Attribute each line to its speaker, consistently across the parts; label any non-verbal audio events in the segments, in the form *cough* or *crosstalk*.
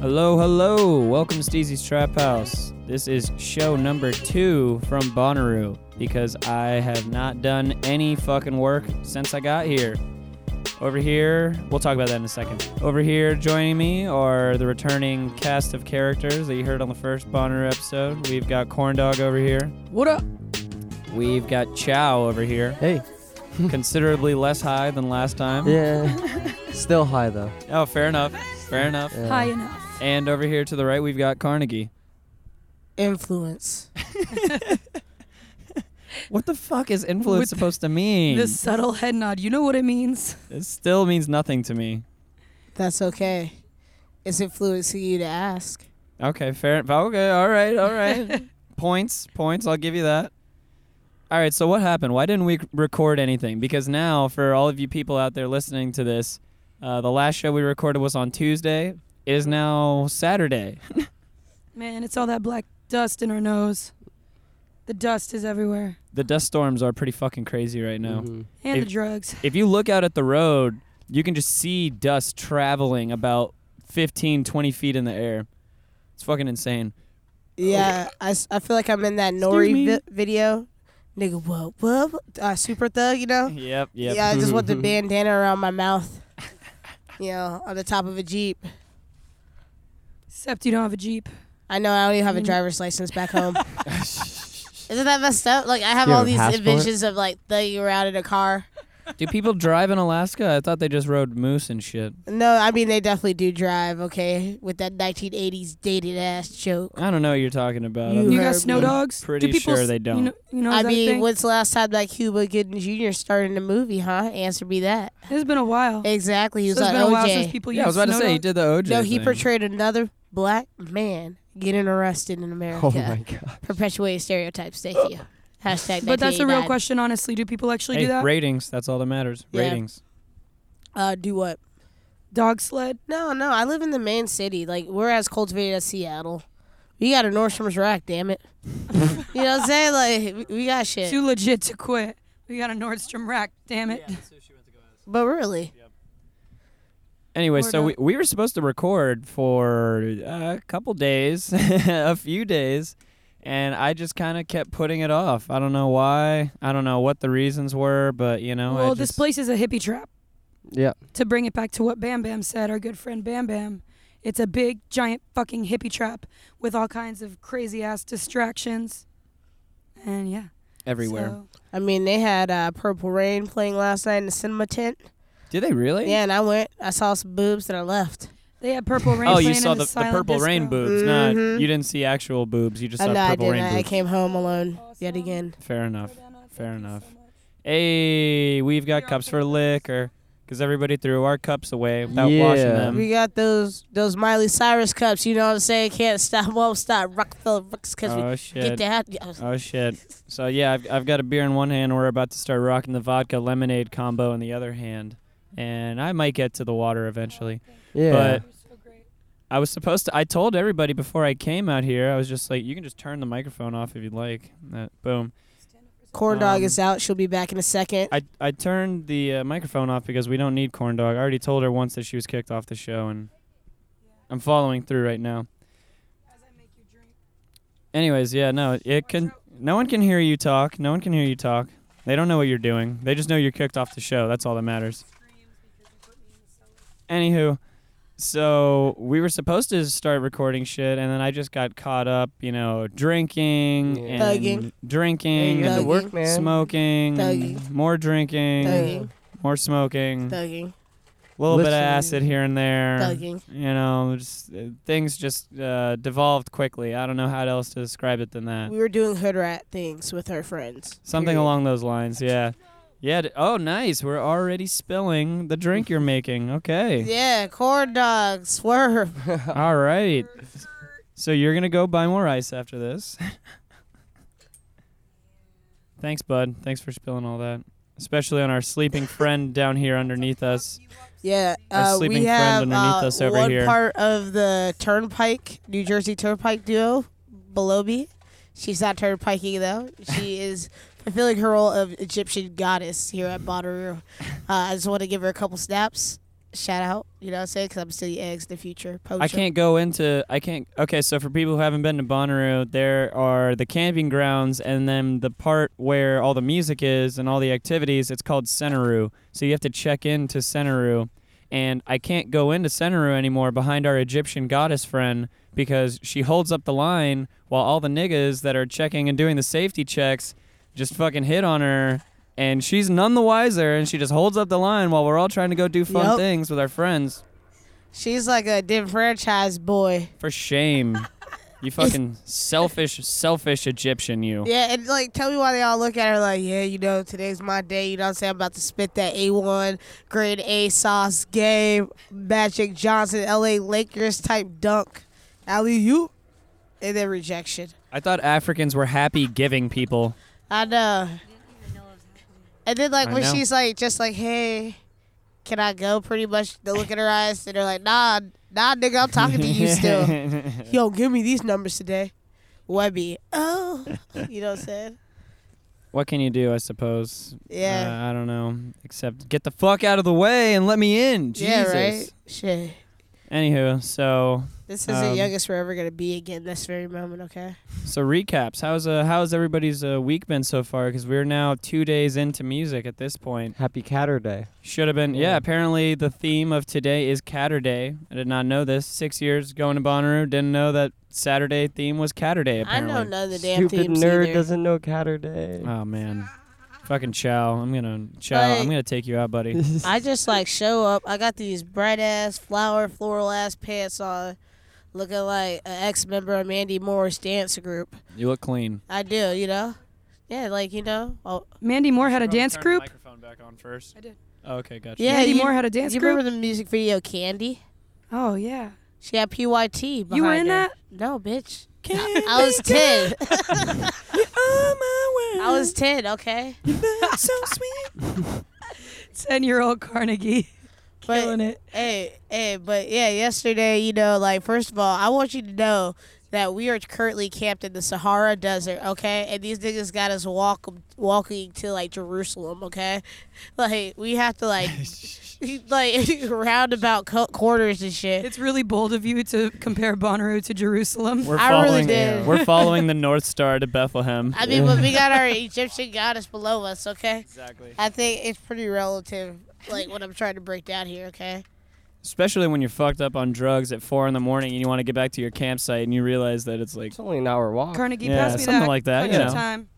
Speaker 1: Hello, hello. Welcome to Steezy's Trap House. This is show number two from Bonnaroo because I have not done any fucking work since I got here. Over here, we'll talk about that in a second. Over here joining me are the returning cast of characters that you heard on the first Bonnaroo episode. We've got Corndog over here.
Speaker 2: What up?
Speaker 1: We've got Chow over
Speaker 2: *laughs*
Speaker 1: here.
Speaker 2: Hey.
Speaker 1: Considerably less high than last time.
Speaker 2: Yeah. Still high though.
Speaker 1: Oh, fair enough. Fair enough.
Speaker 2: Yeah.
Speaker 3: high enough.
Speaker 1: And over here to the right, we've got Carnegie.
Speaker 4: influence.
Speaker 1: What the fuck is influence
Speaker 3: With-
Speaker 1: supposed to mean?
Speaker 3: This subtle head nod, you know what it means.
Speaker 1: It still means nothing to me.
Speaker 4: That's okay. It's influence for you to ask.
Speaker 1: Okay, fair. oh, Okay, all right, all
Speaker 3: *laughs*
Speaker 1: right. points, points. I'll give you that. All right. So what happened? Why didn't we c- record anything? Because now, for all of you people out there listening to this, uh, the last show we recorded was on Tuesday. It is now Saturday.
Speaker 3: Man, it's all that black dust in our nose. The dust is everywhere.
Speaker 1: The dust storms are pretty fucking crazy right now.
Speaker 2: Mm-hmm.
Speaker 3: And
Speaker 1: If-
Speaker 3: the drugs.
Speaker 1: If you look out at the road, you can just see dust traveling about 15, 20 feet in the air. It's fucking insane.
Speaker 4: Yeah, I, s- I feel like I'm in that
Speaker 1: Excuse
Speaker 4: Nori
Speaker 1: me?
Speaker 4: vi- video. Nigga, whoa, whoa, uh, super thug, you know?
Speaker 1: Yep. Yep.
Speaker 4: Yeah, I just want the bandana around my mouth, you know, on the top of a Jeep.
Speaker 3: Except you don't have a Jeep.
Speaker 4: I know I don't even have a
Speaker 3: Mm.
Speaker 4: driver's license back home. Isn't that messed up? Like, I have
Speaker 2: You
Speaker 4: all
Speaker 2: have a
Speaker 4: these
Speaker 2: passport?
Speaker 4: inventions of like thugging around in a car.
Speaker 1: Do people drive in Alaska? I thought they just rode moose and shit.
Speaker 4: No, I mean, they definitely do drive, okay, with that 1980s dated ass joke.
Speaker 1: I don't know what you're talking about.
Speaker 4: You
Speaker 1: I'm-
Speaker 3: You got
Speaker 4: heard
Speaker 3: snow
Speaker 4: me.
Speaker 3: dogs?
Speaker 1: Pretty
Speaker 3: Do people
Speaker 1: sure
Speaker 3: s-
Speaker 1: they don't.
Speaker 3: You know, you know
Speaker 4: I
Speaker 3: that
Speaker 4: mean,
Speaker 3: thing?
Speaker 4: when's the last time that Cuba Gooding Jr. starred in a movie, huh? Answer me that.
Speaker 3: It's been a while.
Speaker 4: Exactly. He was
Speaker 3: Oh. So it's
Speaker 4: like
Speaker 3: been a while since
Speaker 4: OJ.
Speaker 3: people
Speaker 1: yeah, I was
Speaker 3: used
Speaker 1: about to
Speaker 3: snow
Speaker 1: say he
Speaker 3: dogs.
Speaker 1: did the OJ.
Speaker 4: No, he
Speaker 1: thing.
Speaker 4: portrayed another black man getting arrested in America.
Speaker 2: Oh my god.
Speaker 4: Perpetuating stereotypes. Thank
Speaker 3: *laughs*
Speaker 4: you. Hashtag
Speaker 3: But that's a real
Speaker 4: 1989.
Speaker 3: question, honestly. Do people actually
Speaker 1: Hey,
Speaker 3: do that?
Speaker 1: ratings. That's all that matters.
Speaker 4: Yeah.
Speaker 1: Ratings.
Speaker 4: Uh, do what?
Speaker 3: Dog sled?
Speaker 4: No, no. I live in the main city. Like, we're as cultivated as Seattle. We got a Nordstrom's rack,
Speaker 3: *laughs*
Speaker 4: damn it. you know what I'm saying? Like, we- we got shit.
Speaker 3: Too legit to quit. We got a Nordstrom rack, damn it.
Speaker 4: but really,
Speaker 1: Anyway,
Speaker 3: Or
Speaker 1: so we,
Speaker 3: not.
Speaker 1: we were supposed to record for a couple days, *laughs* a few days, and I just kind of kept putting it off. I don't know why. I don't know what the reasons were, but you know, I
Speaker 3: well, this
Speaker 1: just-
Speaker 3: place is a hippie trap.
Speaker 2: Yeah.
Speaker 3: to bring it back to what Bam Bam said, our good friend Bam Bam, it's a big, giant fucking hippie trap with all kinds of crazy ass distractions. And yeah.
Speaker 1: everywhere.
Speaker 3: so-
Speaker 4: I mean, they had uh, Purple Rain playing last night in the cinema tent.
Speaker 1: Did they really?
Speaker 4: Yeah, and I went. I saw some boobs and I left.
Speaker 3: they had Purple
Speaker 1: *laughs*
Speaker 3: Rain.
Speaker 1: Oh, you
Speaker 3: playing
Speaker 1: saw
Speaker 3: in
Speaker 1: the,
Speaker 3: the,
Speaker 1: the
Speaker 3: silent
Speaker 1: purple
Speaker 3: disco.
Speaker 1: rain boobs. Not
Speaker 4: Mhm.
Speaker 1: you didn't see actual boobs. You just
Speaker 4: I
Speaker 1: saw
Speaker 4: know I
Speaker 1: purple
Speaker 4: didn't.
Speaker 1: rain
Speaker 4: I
Speaker 1: boobs.
Speaker 4: came home alone yet again.
Speaker 1: Fair enough. Fair enough. Hey, we've got cups for liquor because everybody threw our cups away without washing
Speaker 2: Yeah.
Speaker 1: them.
Speaker 4: We got those those Miley Cyrus cups. You know what I'm saying? Can't stop, won't stop. Rockefeller Ricks because
Speaker 1: oh
Speaker 4: we
Speaker 1: shit!
Speaker 4: get that.
Speaker 1: Oh shit! So yeah, I've, I've got a beer in one hand. and We're about to start rocking the vodka lemonade combo in the other hand, and I might get to the water eventually.
Speaker 2: Yeah.
Speaker 1: But I was supposed to. I told everybody before I came out here. I was just like, you can just turn the microphone off if you'd like. That, boom.
Speaker 4: Corn dog
Speaker 1: Um,
Speaker 4: is out. She'll be back in a second.
Speaker 1: I, I turned the uh, microphone off because we don't need corn dog. I already told her once that she was kicked off the show, and I'm following through right now. Anyways, yeah, no, it can. No one can hear you talk. No one can hear you talk. They don't know what you're doing. They just know you're kicked off the show. That's all that matters. Anywho, so we were supposed to start recording shit, and then I just got caught up, you know, drinking
Speaker 2: Yeah.
Speaker 1: and
Speaker 4: Thugging.
Speaker 1: drinking and
Speaker 4: Thugging.
Speaker 1: the
Speaker 4: work,
Speaker 2: man.
Speaker 1: smoking,
Speaker 4: Thugging.
Speaker 1: more drinking,
Speaker 4: Thugging,
Speaker 1: more smoking, a
Speaker 4: thugging,
Speaker 1: little bit of
Speaker 2: Listening.
Speaker 1: acid here and there.
Speaker 4: thugging.
Speaker 1: You know, just, uh, things just uh, devolved quickly. I don't know how else to describe it than that.
Speaker 4: We were doing hood rat things with her friends.
Speaker 1: Something
Speaker 4: Period.
Speaker 1: along those lines, yeah. Yeah. d- Oh, nice. We're already spilling the drink you're making.
Speaker 4: *laughs*
Speaker 1: Okay.
Speaker 4: Yeah, corn dog swerve.
Speaker 1: All right. So you're gonna go buy more ice after this. *laughs* Thanks, bud. Thanks for spilling all that, especially on our sleeping friend down here underneath us.
Speaker 4: Yeah,
Speaker 1: Our
Speaker 4: uh,
Speaker 1: sleeping
Speaker 4: we
Speaker 1: friend
Speaker 4: have
Speaker 1: underneath
Speaker 4: uh,
Speaker 1: us over
Speaker 4: one
Speaker 1: here.
Speaker 4: part of the Turnpike, New Jersey Turnpike duo below me. She's not turnpiking though.
Speaker 1: *laughs*
Speaker 4: She is fulfilling her role of Egyptian goddess here at Bonnaroo. Uh, I just want to give her a couple snaps. shout out. You know what I'm saying? Because I'm still the eggs, the future. Poacher.
Speaker 1: I can't go into. I can't. Okay, so for people who haven't been to Bonnaroo, there are the camping grounds, and then the part where all the music is and all the activities. It's called Centeroo. So you have to check into Centeroo, and I can't go into Centeroo anymore behind our Egyptian goddess friend because she holds up the line while all the niggas that are checking and doing the safety checks just fucking hit on her. And she's none the wiser, and she just holds up the line while we're all trying to go do fun
Speaker 4: Yup.
Speaker 1: things with our friends.
Speaker 4: She's like a disenfranchised boy.
Speaker 1: For shame.
Speaker 4: *laughs*
Speaker 1: You fucking selfish, selfish Egyptian, you.
Speaker 4: Yeah, and like, tell me why they all look at her like, yeah, you know, today's my day. You know what I'm saying? I'm about to spit that A1 grade A sauce game, Magic Johnson, LA Lakers type dunk. Alley, you? And then rejection.
Speaker 1: I thought Africans were happy giving people.
Speaker 4: I know. And then like
Speaker 1: I
Speaker 4: when
Speaker 1: know.
Speaker 4: she's like just like, hey, can I go? Pretty much they look in her eyes and they're like, nah, nah, nigga, I'm talking
Speaker 1: *laughs*
Speaker 4: to you still. Yo, give me these numbers today. Webby. Oh, *laughs* you know what I'm saying?
Speaker 1: what can you do, I suppose?
Speaker 4: Yeah.
Speaker 1: Uh, I don't know. Except get the fuck out of the way and let me in. Jesus.
Speaker 4: Yeah, right. Shit.
Speaker 1: Anywho, so
Speaker 4: This is the
Speaker 1: Um,
Speaker 4: youngest we're ever gonna be again. This very moment, okay?
Speaker 1: so recaps. How's uh how's everybody's uh, week been so far? Because we're now two days into music at this point.
Speaker 2: Happy Catter Day.
Speaker 1: Should have been. Yeah. apparently the theme of today is Catter Day. I did not know this. Six years going to Bonnaroo, didn't know that Saturday theme was Catter Day. Apparently.
Speaker 4: I know none of the damn
Speaker 2: Stupid
Speaker 4: themes
Speaker 2: nerd
Speaker 4: either.
Speaker 2: doesn't know Catter Day.
Speaker 1: Oh man, fucking Chow. I'm gonna Chow.
Speaker 4: Like-
Speaker 1: I'm gonna take you out, buddy.
Speaker 4: I just like show up. I got these bright ass flower floral ass pants on, looking like an ex member of Mandy Moore's dance group.
Speaker 1: You look clean.
Speaker 4: I do, you know. Yeah, like you know. Oh,
Speaker 3: Mandy Moore had a dance group.
Speaker 1: microphone back on first. Oh,
Speaker 3: I did.
Speaker 1: okay, gotcha.
Speaker 4: yeah.
Speaker 3: Mandy
Speaker 4: you,
Speaker 3: Moore had a dance
Speaker 4: you
Speaker 3: group.
Speaker 4: remember the music video Candy?
Speaker 3: Oh yeah.
Speaker 4: She had PYT. Behind
Speaker 3: You were in
Speaker 4: her.
Speaker 3: that?
Speaker 4: No, bitch. I was
Speaker 3: *laughs*
Speaker 4: ten. *laughs* I was *laughs* ten. Okay.
Speaker 1: so sweet.
Speaker 3: *laughs* Ten-year-old Carnegie,
Speaker 4: But-
Speaker 3: killing it.
Speaker 4: Hey, hey, but yeah, yesterday, you know, like first of all, I want you to know that we are currently camped in the Sahara Desert, okay? And these niggas got us walk walking to like Jerusalem, okay? *laughs* Like we have to like *laughs* like *laughs* roundabout co- corners and shit.
Speaker 3: It's really bold of you to compare Bonnaroo to Jerusalem.
Speaker 1: We're
Speaker 4: I really
Speaker 1: following.
Speaker 4: did.
Speaker 1: We're following the North Star to Bethlehem.
Speaker 4: I mean, but we got our Egyptian goddess below us, okay?
Speaker 1: exactly.
Speaker 4: I think it's pretty relative, like what I'm trying to break down here, okay?
Speaker 1: Especially when you're fucked up on drugs at four in the morning and you want to get back to your campsite and you realize that it's like
Speaker 2: It's only an hour walk.
Speaker 3: Carnegie,
Speaker 1: Yeah,
Speaker 3: pass me
Speaker 1: something
Speaker 3: that.
Speaker 1: like that,
Speaker 3: Punch
Speaker 1: you
Speaker 3: the
Speaker 1: know.
Speaker 3: time.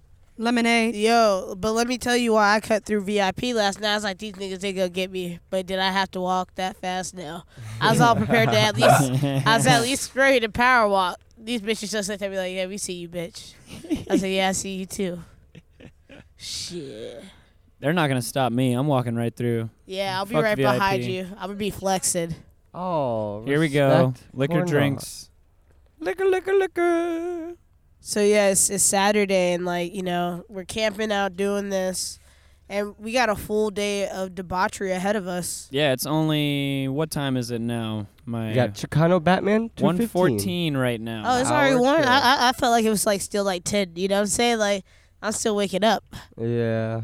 Speaker 3: Lemonade.
Speaker 4: Yo, but let me tell you why I cut through VIP last night. I was like, these niggas, they gonna get me. But did I have to walk that fast? No. I was all prepared to at least, I
Speaker 1: *laughs*
Speaker 4: was at least ready to power walk. These bitches just like, they be like, yeah, we see you, bitch. I said, yeah, I see you too. Shit.
Speaker 1: they're not gonna stop me. I'm walking right through.
Speaker 4: Yeah, I'll be
Speaker 1: Fuck
Speaker 4: right
Speaker 1: VIP.
Speaker 4: behind you. I'm gonna be flexing.
Speaker 2: Oh,
Speaker 1: Here we go.
Speaker 2: respect
Speaker 1: Liquor
Speaker 2: or not.
Speaker 1: drinks. Liquor, liquor, liquor.
Speaker 4: So yeah, it's, it's Saturday and like you know we're camping out doing this, and we got a full day of debauchery ahead of us.
Speaker 1: Yeah, it's only what time is it now? My
Speaker 2: You got Chicano Batman.
Speaker 1: 1:14
Speaker 2: 215.
Speaker 1: right now.
Speaker 4: Oh, it's already
Speaker 2: Hour
Speaker 4: one.
Speaker 2: trip.
Speaker 4: I, I I felt like it was like still like ten. You know what I'm saying? Like I'm still waking up.
Speaker 2: Yeah.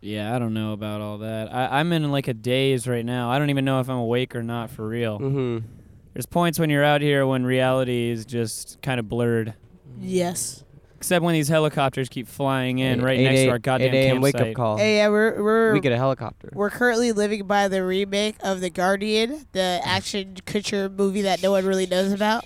Speaker 1: Yeah, I don't know about all that. I, I'm in like a daze right now. I don't even know if I'm awake or not for real.
Speaker 2: Mm-hmm.
Speaker 1: There's points when you're out here when reality is just kind of blurred.
Speaker 4: Yes.
Speaker 1: Except when these helicopters keep flying in right next to our goddamn
Speaker 2: 8 a.m.
Speaker 1: campsite.
Speaker 2: wake up call.
Speaker 4: Hey, yeah, we're we're
Speaker 2: We get a helicopter.
Speaker 4: we're currently living by the remake of The Guardian, the action Kutcher movie that no one really knows about.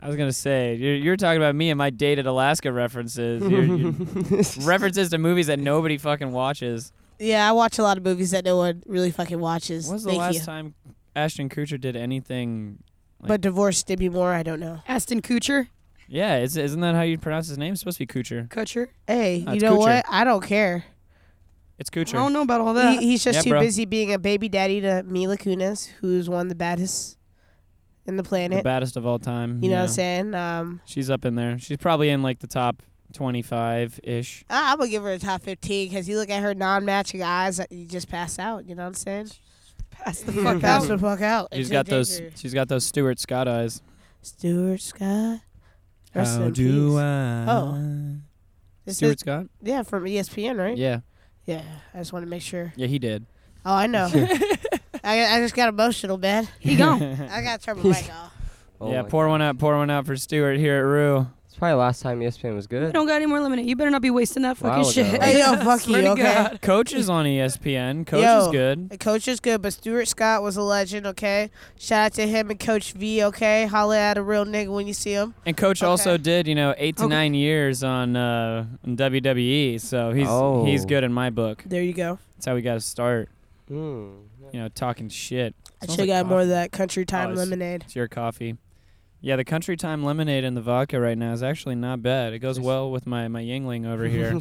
Speaker 1: I was gonna say you're, you're talking about me and my dated Alaska
Speaker 2: *laughs*
Speaker 1: references. You're- you're- *laughs* references to movies that nobody fucking watches.
Speaker 4: Yeah, I watch a lot of movies that no one really fucking watches.
Speaker 1: When was the
Speaker 4: Thank
Speaker 1: last
Speaker 4: you.
Speaker 1: time Ashton Kutcher did anything?
Speaker 4: But divorced Demi Moore, I don't know.
Speaker 3: Aston Kutcher.
Speaker 1: Yeah, is, isn't that how you pronounce his name? It's supposed to be Kutcher.
Speaker 3: Kutcher.
Speaker 4: Hey,
Speaker 1: No,
Speaker 4: you
Speaker 1: it's
Speaker 4: know
Speaker 1: Kutcher.
Speaker 4: what? I don't care.
Speaker 1: It's
Speaker 3: I
Speaker 1: Kutcher.
Speaker 3: don't know about all
Speaker 4: He,
Speaker 3: that.
Speaker 4: he's just
Speaker 1: Yeah,
Speaker 4: too
Speaker 1: bro.
Speaker 4: busy being a baby daddy to Mila Kunis, who's one of the baddest in the planet.
Speaker 1: The baddest of all time.
Speaker 4: you know
Speaker 1: yeah.
Speaker 4: what I'm saying? Um,
Speaker 1: She's up in there. She's probably in like the top 25 ish.
Speaker 4: I- I'm gonna give her a top 15 because you look at her non-matching eyes, uh, you just pass out. You know what I'm saying?
Speaker 3: pass the fuck
Speaker 4: Pass
Speaker 3: out.
Speaker 4: the fuck out.
Speaker 1: She's
Speaker 4: It's
Speaker 1: got those.
Speaker 4: ridiculous.
Speaker 1: She's got those Stuart Scott eyes.
Speaker 4: Stuart Scott. Rest in peace.
Speaker 1: I?
Speaker 4: Oh. This
Speaker 1: Stuart
Speaker 4: is-
Speaker 1: Scott?
Speaker 4: yeah, E from ESPN, right?
Speaker 1: Yeah,
Speaker 4: Yeah, I just want to make sure.
Speaker 1: yeah, he did.
Speaker 4: Oh, I know. *laughs* I, I just got emotional, man.
Speaker 3: He gone.
Speaker 4: I gotta turn my
Speaker 1: *laughs*
Speaker 4: mic off.
Speaker 2: Oh
Speaker 1: yeah,
Speaker 2: my
Speaker 1: pour one out, pour one out for Stuart here at Rue.
Speaker 2: It's probably last time E ESPN was
Speaker 3: I
Speaker 2: good.
Speaker 3: don't got any more lemonade. You better not be wasting that fucking
Speaker 2: Wow,
Speaker 3: shit.
Speaker 2: though.
Speaker 3: *laughs*
Speaker 2: Hey,
Speaker 4: yo, fuck
Speaker 3: Swear
Speaker 4: you,
Speaker 3: to
Speaker 4: okay?
Speaker 3: God.
Speaker 1: Coach is on E
Speaker 4: *laughs*
Speaker 1: ESPN. Coach is
Speaker 4: Yo.
Speaker 1: good.
Speaker 4: The coach is good, but Stuart Scott was a legend. Okay, shout out to him and Coach V. Okay, holla at a real nigga when you see him.
Speaker 1: And Coach also
Speaker 4: Okay.
Speaker 1: did, you know, eight to
Speaker 3: Okay.
Speaker 1: nine years on uh, in WWE, so he's
Speaker 2: Oh.
Speaker 1: he's good in my book.
Speaker 4: There you go.
Speaker 1: That's how we got to start,
Speaker 2: Mm.
Speaker 1: you know, talking shit.
Speaker 4: I
Speaker 1: Smells
Speaker 4: should have
Speaker 1: like Oh,
Speaker 4: got more of that country time
Speaker 1: it's-
Speaker 4: lemonade.
Speaker 1: It's your coffee. Yeah, the country time lemonade and the vodka right now is actually not bad. It goes
Speaker 2: Nice.
Speaker 1: well with my, my Yingling over here.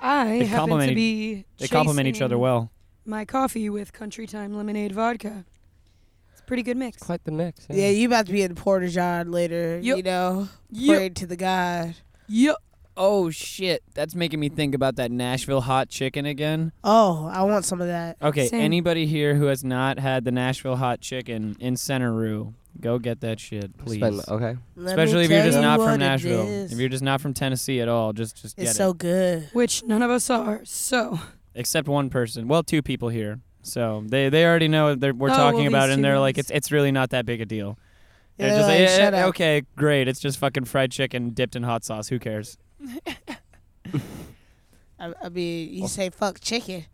Speaker 3: I
Speaker 1: They
Speaker 3: happen
Speaker 1: compliment
Speaker 3: to
Speaker 1: each-
Speaker 3: be.
Speaker 1: they complement each other
Speaker 3: chasing
Speaker 1: well.
Speaker 3: My coffee with Country Time lemonade vodka. It's a pretty good mix.
Speaker 2: Quite the mix.
Speaker 4: Yeah, you about to be in Porter John later.
Speaker 3: Yep.
Speaker 4: You know,
Speaker 1: Yep.
Speaker 4: prayed to the God.
Speaker 1: Yep. Oh shit, that's making me think about that Nashville hot chicken again.
Speaker 4: Oh, I want some of that.
Speaker 1: Okay,
Speaker 3: Same.
Speaker 1: anybody here who has not had the Nashville hot chicken in Center Rue, go get that shit, please.
Speaker 2: Spend- okay.
Speaker 4: Let me
Speaker 1: Especially if you're
Speaker 4: tell
Speaker 1: just
Speaker 4: you
Speaker 1: not
Speaker 4: what
Speaker 1: from
Speaker 4: it
Speaker 1: Nashville.
Speaker 4: is.
Speaker 1: If you're just not from Tennessee at all, just just get
Speaker 4: it's
Speaker 1: it.
Speaker 4: so good.
Speaker 3: Which none of us are. So
Speaker 1: Except one person. Well, two people here. So they, they already know what they're, we're
Speaker 3: Oh,
Speaker 1: talking
Speaker 3: well,
Speaker 1: about,
Speaker 3: these
Speaker 1: and they're
Speaker 3: two
Speaker 1: like, it's
Speaker 3: guys.
Speaker 1: it's really not that big a deal.
Speaker 4: Yeah,
Speaker 1: They're just
Speaker 4: like,
Speaker 1: like, "Eh,
Speaker 4: shut
Speaker 1: eh,
Speaker 4: up.
Speaker 1: okay, great. It's just fucking fried chicken dipped in hot sauce. Who cares?
Speaker 4: I, I mean, you say fuck chicken.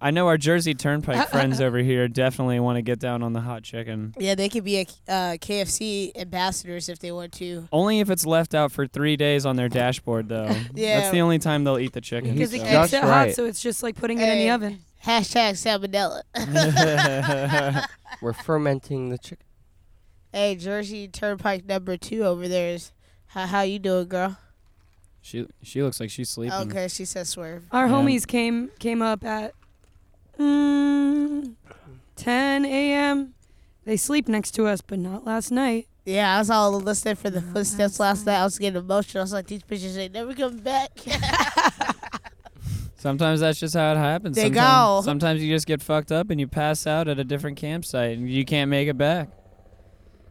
Speaker 1: I know our Jersey Turnpike friends over here definitely want to get down on the hot chicken.
Speaker 4: Yeah, they could be a uh, KFC ambassadors if they want to.
Speaker 1: Only if it's left out for three days on their dashboard, though.
Speaker 4: Yeah.
Speaker 1: That's the only time they'll eat the chicken.
Speaker 3: because it
Speaker 2: so-
Speaker 3: keeps
Speaker 2: Just
Speaker 3: it hot,
Speaker 2: right.
Speaker 3: so it's just like putting it in the
Speaker 4: Hey.
Speaker 3: oven.
Speaker 4: Hashtag salmonella. *laughs*
Speaker 2: We're fermenting the chicken.
Speaker 4: hey, Jersey Turnpike number two over there is. How, how you doing, girl?
Speaker 1: she she looks like she's sleeping.
Speaker 4: Okay, she said swerve.
Speaker 3: Our
Speaker 1: Yeah.
Speaker 3: homies came came up at mm, 10 a.m. They sleep next to us, but not last night.
Speaker 4: Yeah, I was all listening for the footsteps last night. I was getting emotional. I was like, these bitches ain't never coming back. *laughs*
Speaker 1: Sometimes that's just how it happens.
Speaker 4: They
Speaker 1: sometimes,
Speaker 4: go.
Speaker 1: Sometimes you just get fucked up and you pass out at a different campsite and you can't make it back.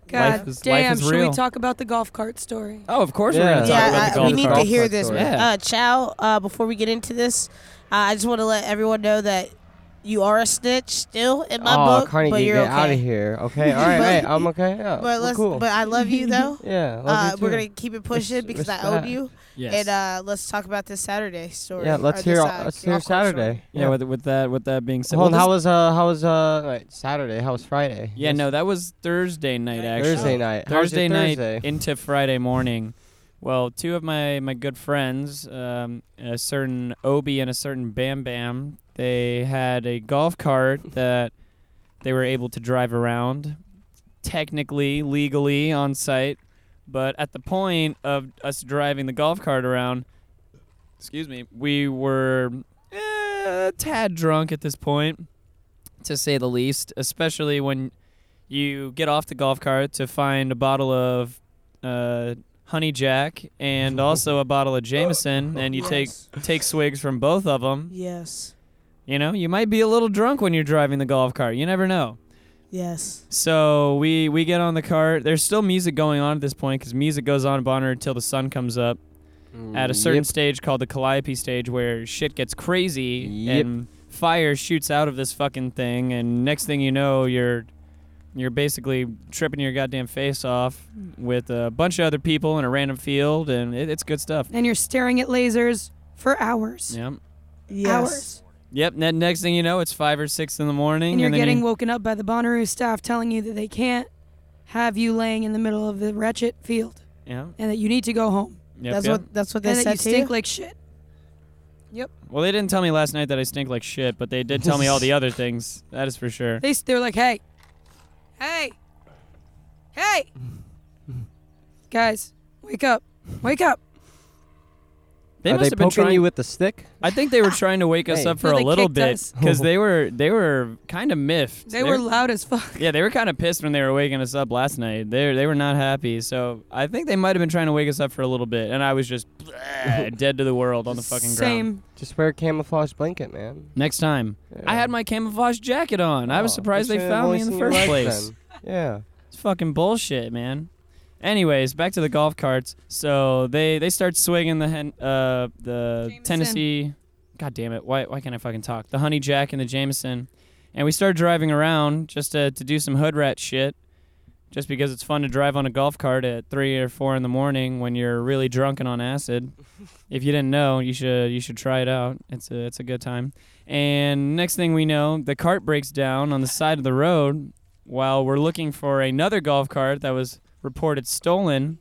Speaker 3: God
Speaker 1: Life is- life
Speaker 3: damn!
Speaker 1: is
Speaker 3: should
Speaker 1: real.
Speaker 3: we talk about the golf cart story?
Speaker 1: Oh, of course we're
Speaker 2: Yeah.
Speaker 1: gonna talk
Speaker 2: Yeah,
Speaker 1: about the
Speaker 4: I, uh, we
Speaker 1: golf
Speaker 4: need
Speaker 1: cart.
Speaker 4: to hear
Speaker 2: cart
Speaker 4: this.
Speaker 2: story.
Speaker 1: Yeah.
Speaker 4: Uh, Chow, uh, before we get into this, uh, I just want to let everyone know that you are a snitch still in my
Speaker 2: oh,
Speaker 4: book,
Speaker 2: Carnegie,
Speaker 4: but you're
Speaker 2: get
Speaker 4: okay.
Speaker 2: out of
Speaker 4: *laughs*
Speaker 2: here. Okay. All right.
Speaker 4: But-
Speaker 2: hey, I'm okay. Yeah.
Speaker 4: But
Speaker 2: we're
Speaker 4: let's.
Speaker 2: cool.
Speaker 4: But I love you
Speaker 2: *laughs*
Speaker 4: though.
Speaker 2: yeah.
Speaker 4: uh,
Speaker 2: love you
Speaker 4: we're
Speaker 2: too.
Speaker 4: gonna keep it pushing
Speaker 2: Res-
Speaker 4: because I owe
Speaker 2: respect.
Speaker 4: you.
Speaker 1: Yes.
Speaker 4: And uh, let's talk about this Saturday story.
Speaker 2: Yeah.
Speaker 4: or
Speaker 2: Let's
Speaker 4: this,
Speaker 2: hear.
Speaker 4: uh,
Speaker 2: Let's hear
Speaker 4: golf course story.
Speaker 2: Saturday.
Speaker 1: yeah, With, with that with that being said,
Speaker 2: Hold on.
Speaker 1: well,
Speaker 2: How
Speaker 1: this-
Speaker 2: was uh? How was uh? Wait, Saturday. How was Friday?
Speaker 1: yeah, no, that was Thursday night actually.
Speaker 2: Thursday night. How was your
Speaker 1: Thursday night
Speaker 2: Thursday?
Speaker 1: into Friday morning. Well, two of my my good friends, um, a certain Obi and a certain Bam Bam, they had a golf cart that they were able to drive around, technically legally on site, but at the point of us driving the golf cart around, excuse me, we were eh, a tad drunk at this point, to say the least. Especially when you get off the golf cart to find a bottle of uh, honey jack and also a bottle of Jameson, and you take
Speaker 4: Yes.
Speaker 1: take swigs from both of them.
Speaker 4: Yes.
Speaker 1: You know, you might be a little drunk when you're driving the golf cart. You never know.
Speaker 4: Yes.
Speaker 1: So we we get on the cart. There's still music going on at this point because music goes on Bonner until the sun comes up at a
Speaker 2: Mm,
Speaker 1: certain stage called the Calliope stage where shit gets crazy
Speaker 2: Yep.
Speaker 1: and fire shoots out of this fucking thing and next thing you know you're you're basically tripping your goddamn face off with a bunch of other people in a random field and it, it's good stuff.
Speaker 3: And you're staring at lasers for hours.
Speaker 1: Yep.
Speaker 4: Yes.
Speaker 3: Hours.
Speaker 1: Yep. ne- Next thing you know, it's five or six in the morning,
Speaker 3: And you're
Speaker 1: then
Speaker 3: getting
Speaker 1: you-
Speaker 3: woken up by the Bonnaroo staff telling you that they can't have you laying in the middle of the wretched field
Speaker 1: yeah.
Speaker 3: and that you need to go home
Speaker 1: Yep,
Speaker 4: that's
Speaker 1: yep.
Speaker 4: what. That's what they
Speaker 3: and that
Speaker 4: said
Speaker 3: you
Speaker 4: to
Speaker 3: stink like shit.
Speaker 1: Well, they didn't tell me last night that I stink like shit, but they did tell me all
Speaker 2: *laughs*
Speaker 1: the other things. That is for sure.
Speaker 3: They s- they're like, hey, hey, hey, guys, wake up, wake up.
Speaker 1: They
Speaker 2: Are
Speaker 1: must
Speaker 2: they
Speaker 1: have
Speaker 2: poking
Speaker 1: been trying.
Speaker 2: you with the stick?
Speaker 1: I think
Speaker 2: *laughs*
Speaker 1: they were trying to wake us
Speaker 2: Hey.
Speaker 1: up for
Speaker 3: No,
Speaker 1: a
Speaker 3: they
Speaker 1: little
Speaker 3: kicked
Speaker 1: bit
Speaker 3: us.
Speaker 1: because they were they were kind of miffed.
Speaker 3: They were loud as fuck.
Speaker 1: yeah, they were kind of pissed when they were waking us up last night. They they were not happy. So I think they might have been trying to wake us up for a little bit, and I was just
Speaker 2: *laughs*
Speaker 1: dead to the world on the fucking ground.
Speaker 3: Same.
Speaker 2: Just wear a camouflage blanket, man.
Speaker 1: Next time, I
Speaker 2: Yeah.
Speaker 1: had my camouflage jacket on. I was
Speaker 2: Oh,
Speaker 1: surprised
Speaker 2: you
Speaker 1: they
Speaker 2: should've
Speaker 1: found
Speaker 2: only
Speaker 1: me in the
Speaker 2: seen your
Speaker 1: first
Speaker 2: legs
Speaker 1: place.
Speaker 2: then. Yeah.
Speaker 1: It's fucking bullshit, man. Anyways, back to the golf carts. So they they start swinging the hen, uh the
Speaker 3: Jameson.
Speaker 1: Tennessee God damn it! Why why can't I fucking talk? The Honey Jack and the Jameson, and we started driving around just to to do some hood rat shit, just because it's fun to drive on a golf cart at three or four in the morning when you're really drunk and on acid. if you didn't know, you should you should try it out. It's a it's a good time. And next thing we know, the cart breaks down on the side of the road while we're looking for another golf cart that was reported stolen.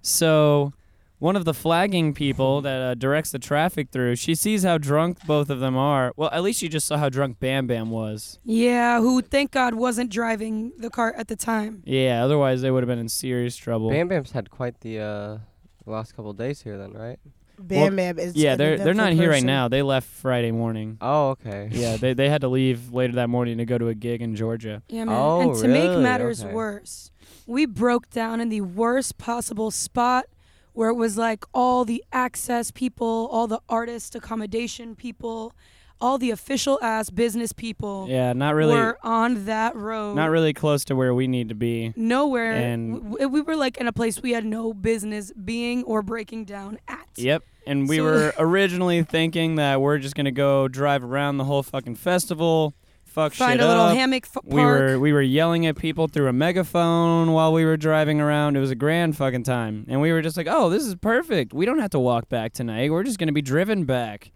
Speaker 1: So, one of the flagging people that uh, directs the traffic through, she sees how drunk both of them are. Well, at least she just saw how drunk Bam Bam was.
Speaker 3: Yeah, who thank God wasn't driving the cart at the time.
Speaker 1: Yeah, otherwise they would have been in serious trouble.
Speaker 2: Bam Bam's had quite the uh, last couple days here, then, right?
Speaker 4: Bam Bam is.
Speaker 1: yeah,
Speaker 4: an
Speaker 1: they're they're
Speaker 4: eventful
Speaker 1: not here right
Speaker 4: person.
Speaker 1: now. They left Friday morning.
Speaker 2: Oh, okay.
Speaker 1: Yeah, they they had to leave later that morning to go to a gig in Georgia.
Speaker 3: Yeah, man.
Speaker 2: Oh,
Speaker 3: and to make
Speaker 2: really?
Speaker 3: matters
Speaker 2: Okay.
Speaker 3: worse, we broke down in the worst possible spot where it was like all the access people, all the artist accommodation people, all the official ass business people
Speaker 1: Yeah, not really
Speaker 3: were on that road.
Speaker 1: not really close to where we need to be.
Speaker 3: Nowhere.
Speaker 1: And-
Speaker 3: W- w- we were like in a place we had no business being or breaking down at.
Speaker 1: Yep. And we
Speaker 3: So-
Speaker 1: were originally thinking that we're just gonna go drive around the whole fucking festival, fuck
Speaker 3: Find
Speaker 1: shit
Speaker 3: a little
Speaker 1: up.
Speaker 3: hammock f- park.
Speaker 1: we were we were yelling at people through a megaphone while we were driving around. It was a grand fucking time, and we were just like, "Oh, this is perfect. We don't have to walk back tonight. We're just gonna be driven back."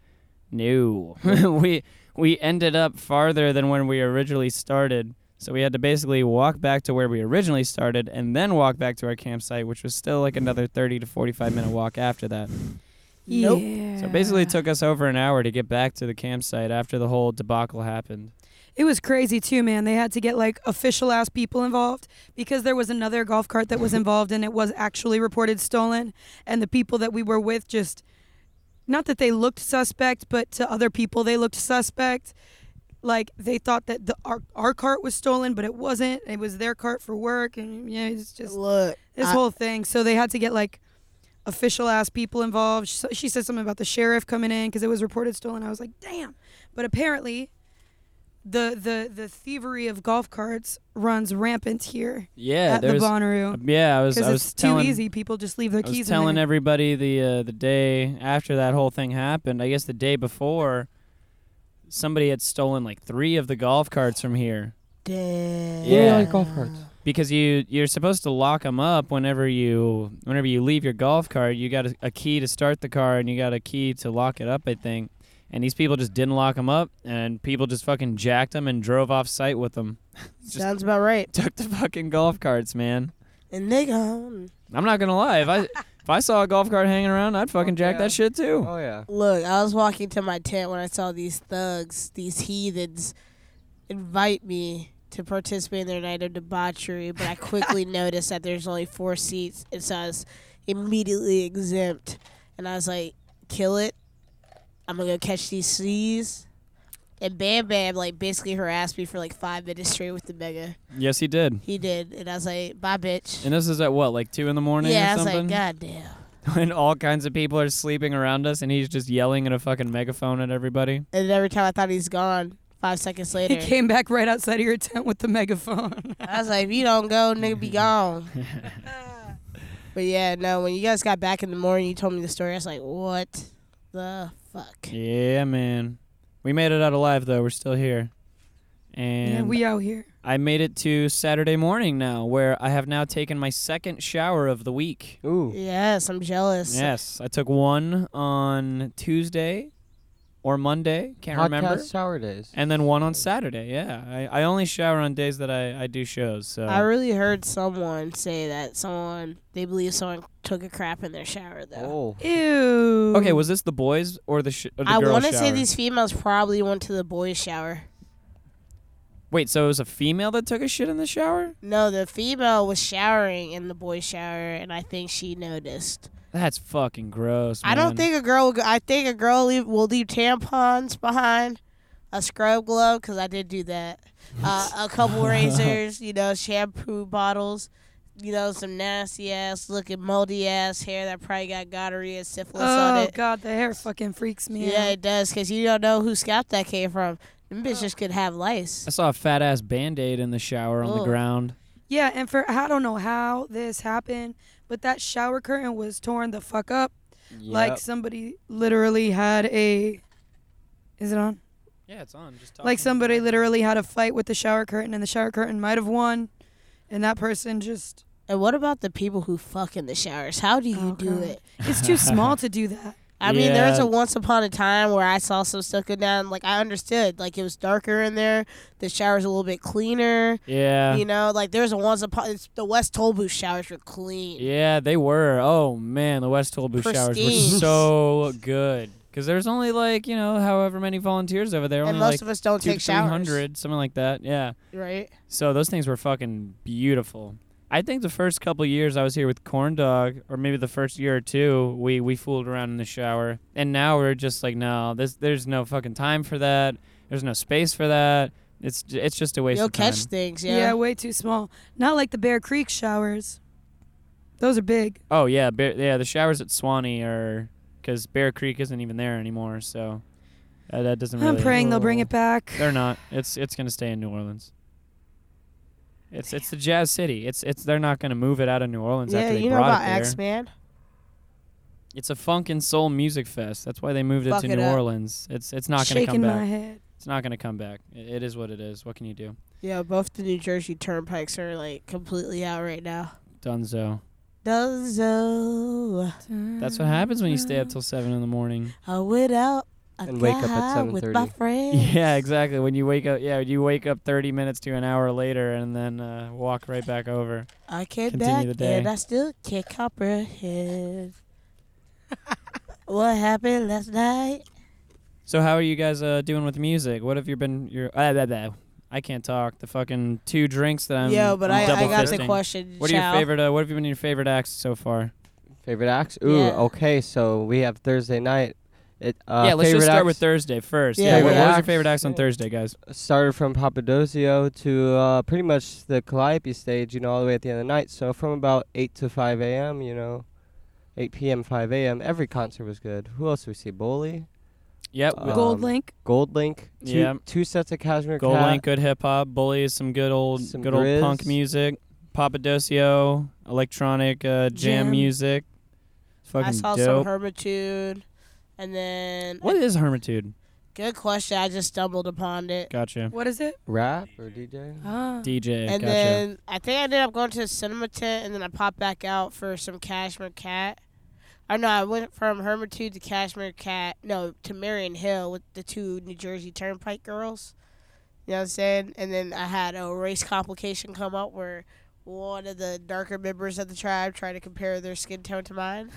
Speaker 1: No, *laughs* we we ended up farther than when we originally started, so we had to basically walk back to where we originally started, and then walk back to our campsite, which was still like another thirty to forty-five minute walk after that.
Speaker 4: Nope.
Speaker 3: Yeah.
Speaker 1: So basically, it took us over an hour to get back to the campsite after the whole debacle happened.
Speaker 3: It was crazy too, man. They had to get like official ass people involved because there was another golf cart
Speaker 1: *laughs*
Speaker 3: that was involved and it was actually reported stolen. And the people that we were with just, not that they looked suspect, but to other people they looked suspect. Like they thought that the our, our cart was stolen, but it wasn't. It was their cart for work, and yeah, it's just
Speaker 4: Look,
Speaker 3: this
Speaker 4: I-
Speaker 3: whole thing. So they had to get like official ass people involved. She, she said something about the sheriff coming in because it was reported stolen. I was like, damn. But apparently, the the the thievery of golf carts runs rampant here
Speaker 1: Yeah,
Speaker 3: at the Bonnaroo
Speaker 1: Um, Yeah, I was
Speaker 3: because
Speaker 1: I was
Speaker 3: it's
Speaker 1: telling
Speaker 3: too easy. People just leave their
Speaker 1: I
Speaker 3: keys.
Speaker 1: was
Speaker 3: in
Speaker 1: telling
Speaker 3: there.
Speaker 1: everybody the uh, the day after that whole thing happened. I guess the day before, somebody had stolen like three of the golf carts from here
Speaker 4: damn.
Speaker 1: Yeah.
Speaker 2: like golf carts.
Speaker 1: because you you're supposed to lock them up whenever you whenever you leave your golf cart. You got a, a key to start the car and you got a key to lock it up. I think. And these people just didn't lock them up, and people just fucking jacked them and drove off site with them. Just-
Speaker 4: Sounds about
Speaker 1: *laughs*
Speaker 4: right.
Speaker 1: Took the fucking golf carts, man.
Speaker 4: And they gone.
Speaker 1: I'm not gonna lie. If I if I saw a golf cart hanging around, I'd fucking jack
Speaker 2: yeah.
Speaker 1: that shit too.
Speaker 2: Oh yeah.
Speaker 4: Look, I was walking to my tent when I saw these thugs, these heathens, invite me to participate in their night of debauchery, but I quickly noticed that there's only four seats, and so I was immediately exempt. And I was like, kill it. I'm going to go catch these C's. And Bam Bam, like, basically harassed me for like five minutes straight with the mega.
Speaker 1: Yes, he did.
Speaker 4: He did. And I was like, bye, bitch.
Speaker 1: And this is at what, like two in the morning
Speaker 4: yeah,
Speaker 1: or
Speaker 4: I was
Speaker 1: something?
Speaker 4: like, God
Speaker 1: *laughs*
Speaker 4: damn.
Speaker 1: When all kinds of people are sleeping around us and he's just yelling in a fucking megaphone at everybody.
Speaker 4: And every time I thought he's gone, five seconds later,
Speaker 3: He came back right outside of your tent with the megaphone.
Speaker 4: I was like, if you don't go,
Speaker 1: *laughs*
Speaker 4: nigga be gone. but yeah, no, when you guys got back in the morning, you told me the story. I was like, what the fuck?
Speaker 1: Yeah, man. We made it out alive though. We're still here. And
Speaker 3: yeah, we out here.
Speaker 1: I made it to Saturday morning now, where I have now taken my second shower of the week.
Speaker 2: Ooh.
Speaker 4: Yes, I'm jealous.
Speaker 1: Yes, I took one on Tuesday or Monday. Can't
Speaker 2: Podcast
Speaker 1: remember.
Speaker 2: shower days.
Speaker 1: And then one on Saturday. Yeah, I, I only shower on days that I, I do shows. So
Speaker 4: I really heard someone say that someone they believe someone took a crap in their shower though.
Speaker 2: Oh.
Speaker 3: Ew.
Speaker 1: okay, was this the boys or the sh- or the
Speaker 4: I
Speaker 1: girls
Speaker 4: want to
Speaker 1: shower?
Speaker 4: say these females probably went to the boys' shower.
Speaker 1: Wait, so it was a female that took a shit in the shower?
Speaker 4: No, the female was showering in the boys' shower, and I think she noticed.
Speaker 1: That's fucking gross.
Speaker 4: I don't
Speaker 1: man.
Speaker 4: think a girl. Will go, I think a girl leave, will leave tampons behind, a scrub glove because I did do that. Uh, a couple razors, you know, shampoo bottles, you know, some nasty ass looking moldy ass hair that probably got gonorrhea and syphilis on
Speaker 3: Oh
Speaker 4: it.
Speaker 3: God, the hair fucking freaks me
Speaker 4: Yeah,
Speaker 3: out.
Speaker 4: it does because you don't know whose scalp that came from. Them bitches
Speaker 3: Oh.
Speaker 4: could have lice.
Speaker 1: I saw a fat ass band aid in the shower on the
Speaker 4: Ugh.
Speaker 1: ground.
Speaker 3: Yeah, and for I don't know how this happened, but that shower curtain was torn the fuck up. Like somebody literally had a Is it on?
Speaker 1: Yeah, it's on. Just
Speaker 3: Like somebody literally had a fight with the shower curtain, and the shower curtain might have won, and that person just.
Speaker 4: And what about the people who fuck in the showers? How do you
Speaker 3: Oh,
Speaker 4: do
Speaker 3: God.
Speaker 4: it?
Speaker 3: It's too small to do
Speaker 1: *laughs*
Speaker 3: that.
Speaker 4: I mean, there was
Speaker 1: Yeah.
Speaker 4: a once upon a time where I saw some stuff go down. Like I understood, like it was darker in there. The showers a little bit cleaner.
Speaker 1: Yeah.
Speaker 4: You know, like there's a once upon it's, the West Tollbooth showers were clean.
Speaker 1: Yeah, they were. Oh man, the West Tollbooth showers were
Speaker 4: Pristine.
Speaker 1: so good because there's only like you know however many volunteers over there,
Speaker 4: and
Speaker 1: only
Speaker 4: most
Speaker 1: like
Speaker 4: of us don't
Speaker 1: two
Speaker 4: take
Speaker 1: to three
Speaker 4: showers,
Speaker 1: hundred, something like that. Yeah.
Speaker 4: right?
Speaker 1: So those things were fucking beautiful. I think the first couple years I was here with Corn Dog, or maybe the first year or two, we we fooled around in the shower, and now we're just like, no, this there's no fucking time for that. There's no space for that. It's j- it's just a waste
Speaker 4: You'll
Speaker 1: of time.
Speaker 4: catch things.
Speaker 3: Yeah.
Speaker 4: Yeah.
Speaker 3: way too small. Not like the Bear Creek showers. Those are big.
Speaker 1: oh yeah, Bear, yeah. The showers at Swanee are because Bear Creek isn't even there anymore, so uh, that doesn't. Really
Speaker 3: I'm praying they'll bring it back.
Speaker 1: They're not. It's it's gonna stay in New Orleans. It's it's the Jazz City. It's it's they're not gonna move it out of New Orleans
Speaker 4: Yeah,
Speaker 1: after they
Speaker 4: you know
Speaker 1: brought
Speaker 4: about
Speaker 1: it there.
Speaker 4: X Man.
Speaker 1: It's a funk and soul music fest. That's why they moved it
Speaker 4: Fuck
Speaker 1: to
Speaker 4: it
Speaker 1: New
Speaker 4: up.
Speaker 1: Orleans. It's it's not going to come
Speaker 3: Shaking my
Speaker 1: back.
Speaker 3: head.
Speaker 1: It's not going to come back. I- It is what it is. What can you do?
Speaker 4: Yeah, both the New Jersey turnpikes are like completely out right now.
Speaker 1: Dunzo.
Speaker 4: Dozo,
Speaker 1: That's what happens when you stay up till seven in the
Speaker 4: *laughs*
Speaker 1: morning. *laughs*
Speaker 4: I went out. I
Speaker 2: And wake up at
Speaker 4: got high with my
Speaker 2: 7:30.
Speaker 4: friends.
Speaker 1: Yeah, exactly. When you wake up, yeah, you wake up thirty minutes to an hour later, and then uh, walk right back over.
Speaker 4: I came
Speaker 1: Continue
Speaker 4: back
Speaker 1: the day.
Speaker 4: and I still can't comprehend what happened last night.
Speaker 1: So how are you guys uh, doing with music? What have you been? Your uh, blah, blah. I can't talk. The fucking two drinks that I'm.
Speaker 4: Yo, but
Speaker 1: I'm
Speaker 4: I, I
Speaker 1: double
Speaker 4: got the
Speaker 1: fisting.
Speaker 4: question.
Speaker 1: What are your
Speaker 4: Chow.
Speaker 1: favorite? Uh, what have you been your favorite acts so far?
Speaker 2: Favorite acts? Ooh,
Speaker 4: Yeah.
Speaker 2: okay. So we have Thursday night. It uh,
Speaker 1: yeah, let's
Speaker 2: favorite
Speaker 1: just start
Speaker 2: acts
Speaker 1: with Thursday first.
Speaker 4: Yeah,
Speaker 1: Yeah, what,
Speaker 2: favorite
Speaker 1: what was your
Speaker 2: acts.
Speaker 1: favorite acts on Thursday, guys?
Speaker 2: started from Papadozio to uh, pretty much the Calliope stage, you know, all the way at the end of the night. So from about 8 to 5 a.m., you know, 8 p.m., 5 a.m., every concert was good. Who else did we see? Bowley,
Speaker 1: Yep.
Speaker 2: Uh,
Speaker 3: Gold
Speaker 2: Um,
Speaker 3: link.
Speaker 2: Gold Link, two,
Speaker 1: Yeah.
Speaker 2: two sets of Cashmere
Speaker 1: Gold
Speaker 2: Cat.
Speaker 1: Link, good hip hop. Bully is some good old,
Speaker 2: Some
Speaker 1: good old
Speaker 2: Grizz.
Speaker 1: punk music. Papadocio, electronic uh, jam,
Speaker 3: Jam.
Speaker 1: music. Fucking
Speaker 4: I saw some
Speaker 1: dope.
Speaker 4: Hermitude, and then
Speaker 1: what is Hermitude?
Speaker 4: good question. I just stumbled upon it,
Speaker 1: Gotcha.
Speaker 3: What is it?
Speaker 2: Rap or DJ?
Speaker 3: Ah.
Speaker 1: DJ.
Speaker 4: and
Speaker 1: gotcha.
Speaker 4: then I think I ended up going to a cinema tent, and then I popped back out for some Cashmere Cat. Or no, I went from Hermitude to Cashmere Cat, no, to Marion Hill with the two New Jersey Turnpike girls. You know what I'm saying? And then I had a race complication come up where one of the darker members of the tribe tried to compare their skin tone
Speaker 1: *laughs*
Speaker 4: to mine.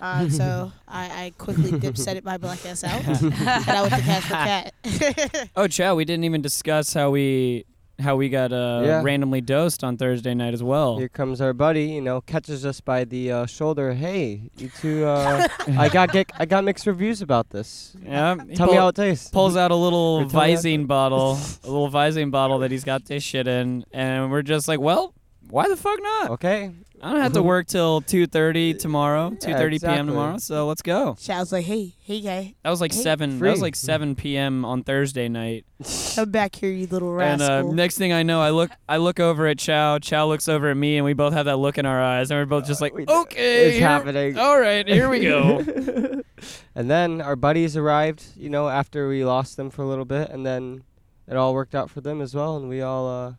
Speaker 4: Um, so I, I quickly dip set it my black ass out, and I went to Cashmere Cat. *laughs*
Speaker 1: oh, Chow, we didn't even discuss how we how we got uh,
Speaker 2: Yeah.
Speaker 1: randomly dosed on Thursday night as well.
Speaker 2: Here comes our buddy, you know, catches us by the uh, shoulder. Hey, you two, uh, I got get, I got mixed reviews about this.
Speaker 1: yeah. he
Speaker 2: Tell me
Speaker 1: pull-
Speaker 2: how it tastes.
Speaker 1: Pulls out a little
Speaker 2: Or tell me how-
Speaker 1: Visine bottle, a little Visine bottle that he's got this shit in, and we're just like, well, why the fuck not?
Speaker 2: Okay.
Speaker 1: I don't have to
Speaker 2: *laughs*
Speaker 1: work till 2:30 tomorrow, 2:30 p.m.
Speaker 2: exactly.
Speaker 1: tomorrow. So let's go.
Speaker 4: Child's like, hey, hey, guy,
Speaker 1: That was like
Speaker 4: Hey,
Speaker 1: seven. That was
Speaker 2: free.
Speaker 1: like 7 p.m. on Thursday night.
Speaker 4: come back here, you little rascal.
Speaker 1: And uh, next thing I know, I look, I look over at Chow. Chow looks over at me, and we both have that look in our eyes, and we're both just like,
Speaker 2: Uh, we-
Speaker 1: okay,
Speaker 2: it's
Speaker 1: here-
Speaker 2: happening."
Speaker 1: All right, *laughs* here we
Speaker 2: *laughs*
Speaker 1: go.
Speaker 2: and then our buddies arrived, you know, after we lost them for a little bit, and then it all worked out for them as well, and we all uh,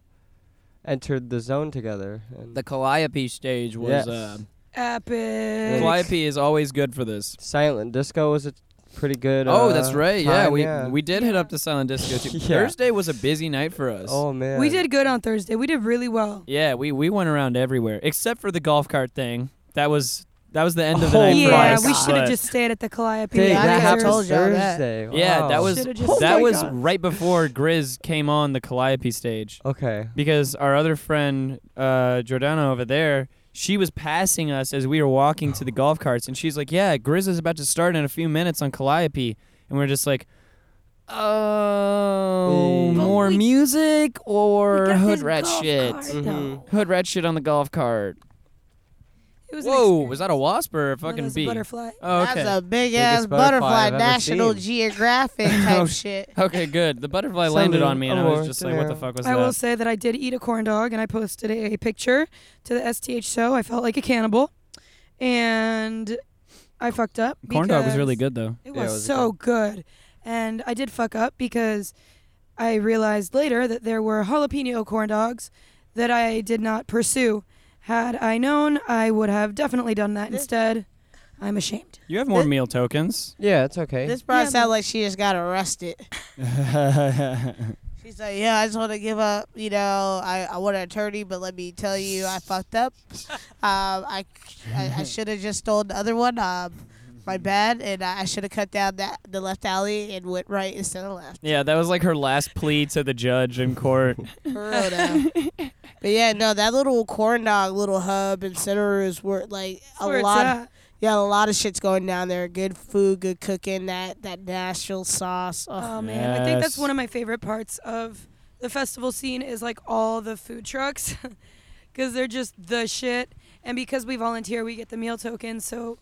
Speaker 2: entered the zone together. And
Speaker 1: the Calliope stage was.
Speaker 2: Yes.
Speaker 1: Uh,
Speaker 3: Epic.
Speaker 2: Like-
Speaker 1: Calliope is always good for this.
Speaker 2: silent disco was a pretty good.
Speaker 1: oh, that's
Speaker 2: uh,
Speaker 1: right. Yeah,
Speaker 2: time,
Speaker 1: we
Speaker 2: yeah.
Speaker 1: we did hit up the silent disco too.
Speaker 2: *laughs* Yeah.
Speaker 1: Thursday was a busy night for us.
Speaker 2: Oh man.
Speaker 3: We did good on Thursday. We did really well.
Speaker 1: Yeah, we we went around everywhere except for the golf cart thing. That was that was the end of the
Speaker 2: Oh
Speaker 1: night.
Speaker 2: my
Speaker 1: for
Speaker 3: yeah,
Speaker 1: us,
Speaker 3: we should
Speaker 1: but-
Speaker 3: have just stayed at the Calliope.
Speaker 2: Dang,
Speaker 4: Yeah, I
Speaker 2: that
Speaker 4: think I
Speaker 2: happened
Speaker 4: told y'all that.
Speaker 2: Thursday.
Speaker 1: Yeah, that
Speaker 2: wow.
Speaker 1: was
Speaker 3: Should've just-
Speaker 1: that
Speaker 3: Oh my
Speaker 1: was
Speaker 3: God.
Speaker 1: right before Grizz came on the Calliope stage
Speaker 2: Okay.
Speaker 1: because our other friend uh, Jordana over there. She was passing us as we were walking to the golf carts, and she's like, "Yeah, Grizz is about to start in a few minutes on Calliope," and we're just like, "Oh,
Speaker 2: Mm. But
Speaker 1: more
Speaker 3: we-
Speaker 1: music
Speaker 3: We
Speaker 1: or
Speaker 3: got
Speaker 1: hood
Speaker 3: this
Speaker 1: rat
Speaker 3: golf
Speaker 1: shit? Mm-hmm.
Speaker 3: cart,
Speaker 2: Mhm.
Speaker 3: though.
Speaker 1: Hood rat shit on the golf cart."
Speaker 3: It was an
Speaker 1: Whoa, was
Speaker 3: experience.
Speaker 1: that a wasp or a
Speaker 3: No, that
Speaker 1: fucking
Speaker 3: was a
Speaker 1: bee?
Speaker 3: butterfly.
Speaker 1: Oh, okay.
Speaker 4: That's a big ass
Speaker 2: Biggest
Speaker 4: butterfly,
Speaker 2: butterfly I've ever
Speaker 4: National
Speaker 2: seen.
Speaker 4: Geographic
Speaker 1: Oh,
Speaker 4: type shit.
Speaker 1: Okay, good. The
Speaker 3: *laughs*
Speaker 1: butterfly landed
Speaker 2: Something
Speaker 1: on me, and I was
Speaker 2: more,
Speaker 1: just like, "What the
Speaker 2: yeah.
Speaker 1: fuck was
Speaker 3: I
Speaker 1: that?"
Speaker 3: will say that I did eat a corn dog and I posted a picture to the STH show. I felt like a cannibal and I fucked up.
Speaker 1: Corn dog was
Speaker 3: because
Speaker 1: really good though.
Speaker 3: It was,
Speaker 2: Yeah, it was
Speaker 3: so good. and I did fuck up because I realized later that there were jalapeno corn dogs that I did not pursue. Had I known, I would have definitely done that instead. I'm ashamed.
Speaker 1: You have more
Speaker 4: Th-
Speaker 1: meal *laughs* tokens.
Speaker 2: Yeah, it's okay.
Speaker 4: This probably
Speaker 3: Yeah,
Speaker 4: sounds
Speaker 3: but-
Speaker 4: like she just got arrested.
Speaker 1: That's
Speaker 4: She's like, yeah, I just want to give up. You know, I, I want an attorney, but let me tell you, I fucked up. Um, I, I, I should have just stolen the other one. Um, my bad, and I should have cut down that the left alley and went right instead of left.
Speaker 1: yeah, that was like her last plea to the judge in court.
Speaker 4: For real though. but yeah, no, that little corn dog little hub and center is where like a
Speaker 3: Where it's
Speaker 4: lot.
Speaker 3: at.
Speaker 4: Yeah, a lot of shit's going down there. Good food, good cooking. That that national sauce. Ugh.
Speaker 3: Oh man, I think that's
Speaker 1: Yes.
Speaker 3: one of my favorite parts of the festival scene is like all the food trucks *laughs* cuz they're just the shit and because we volunteer we get the meal tokens so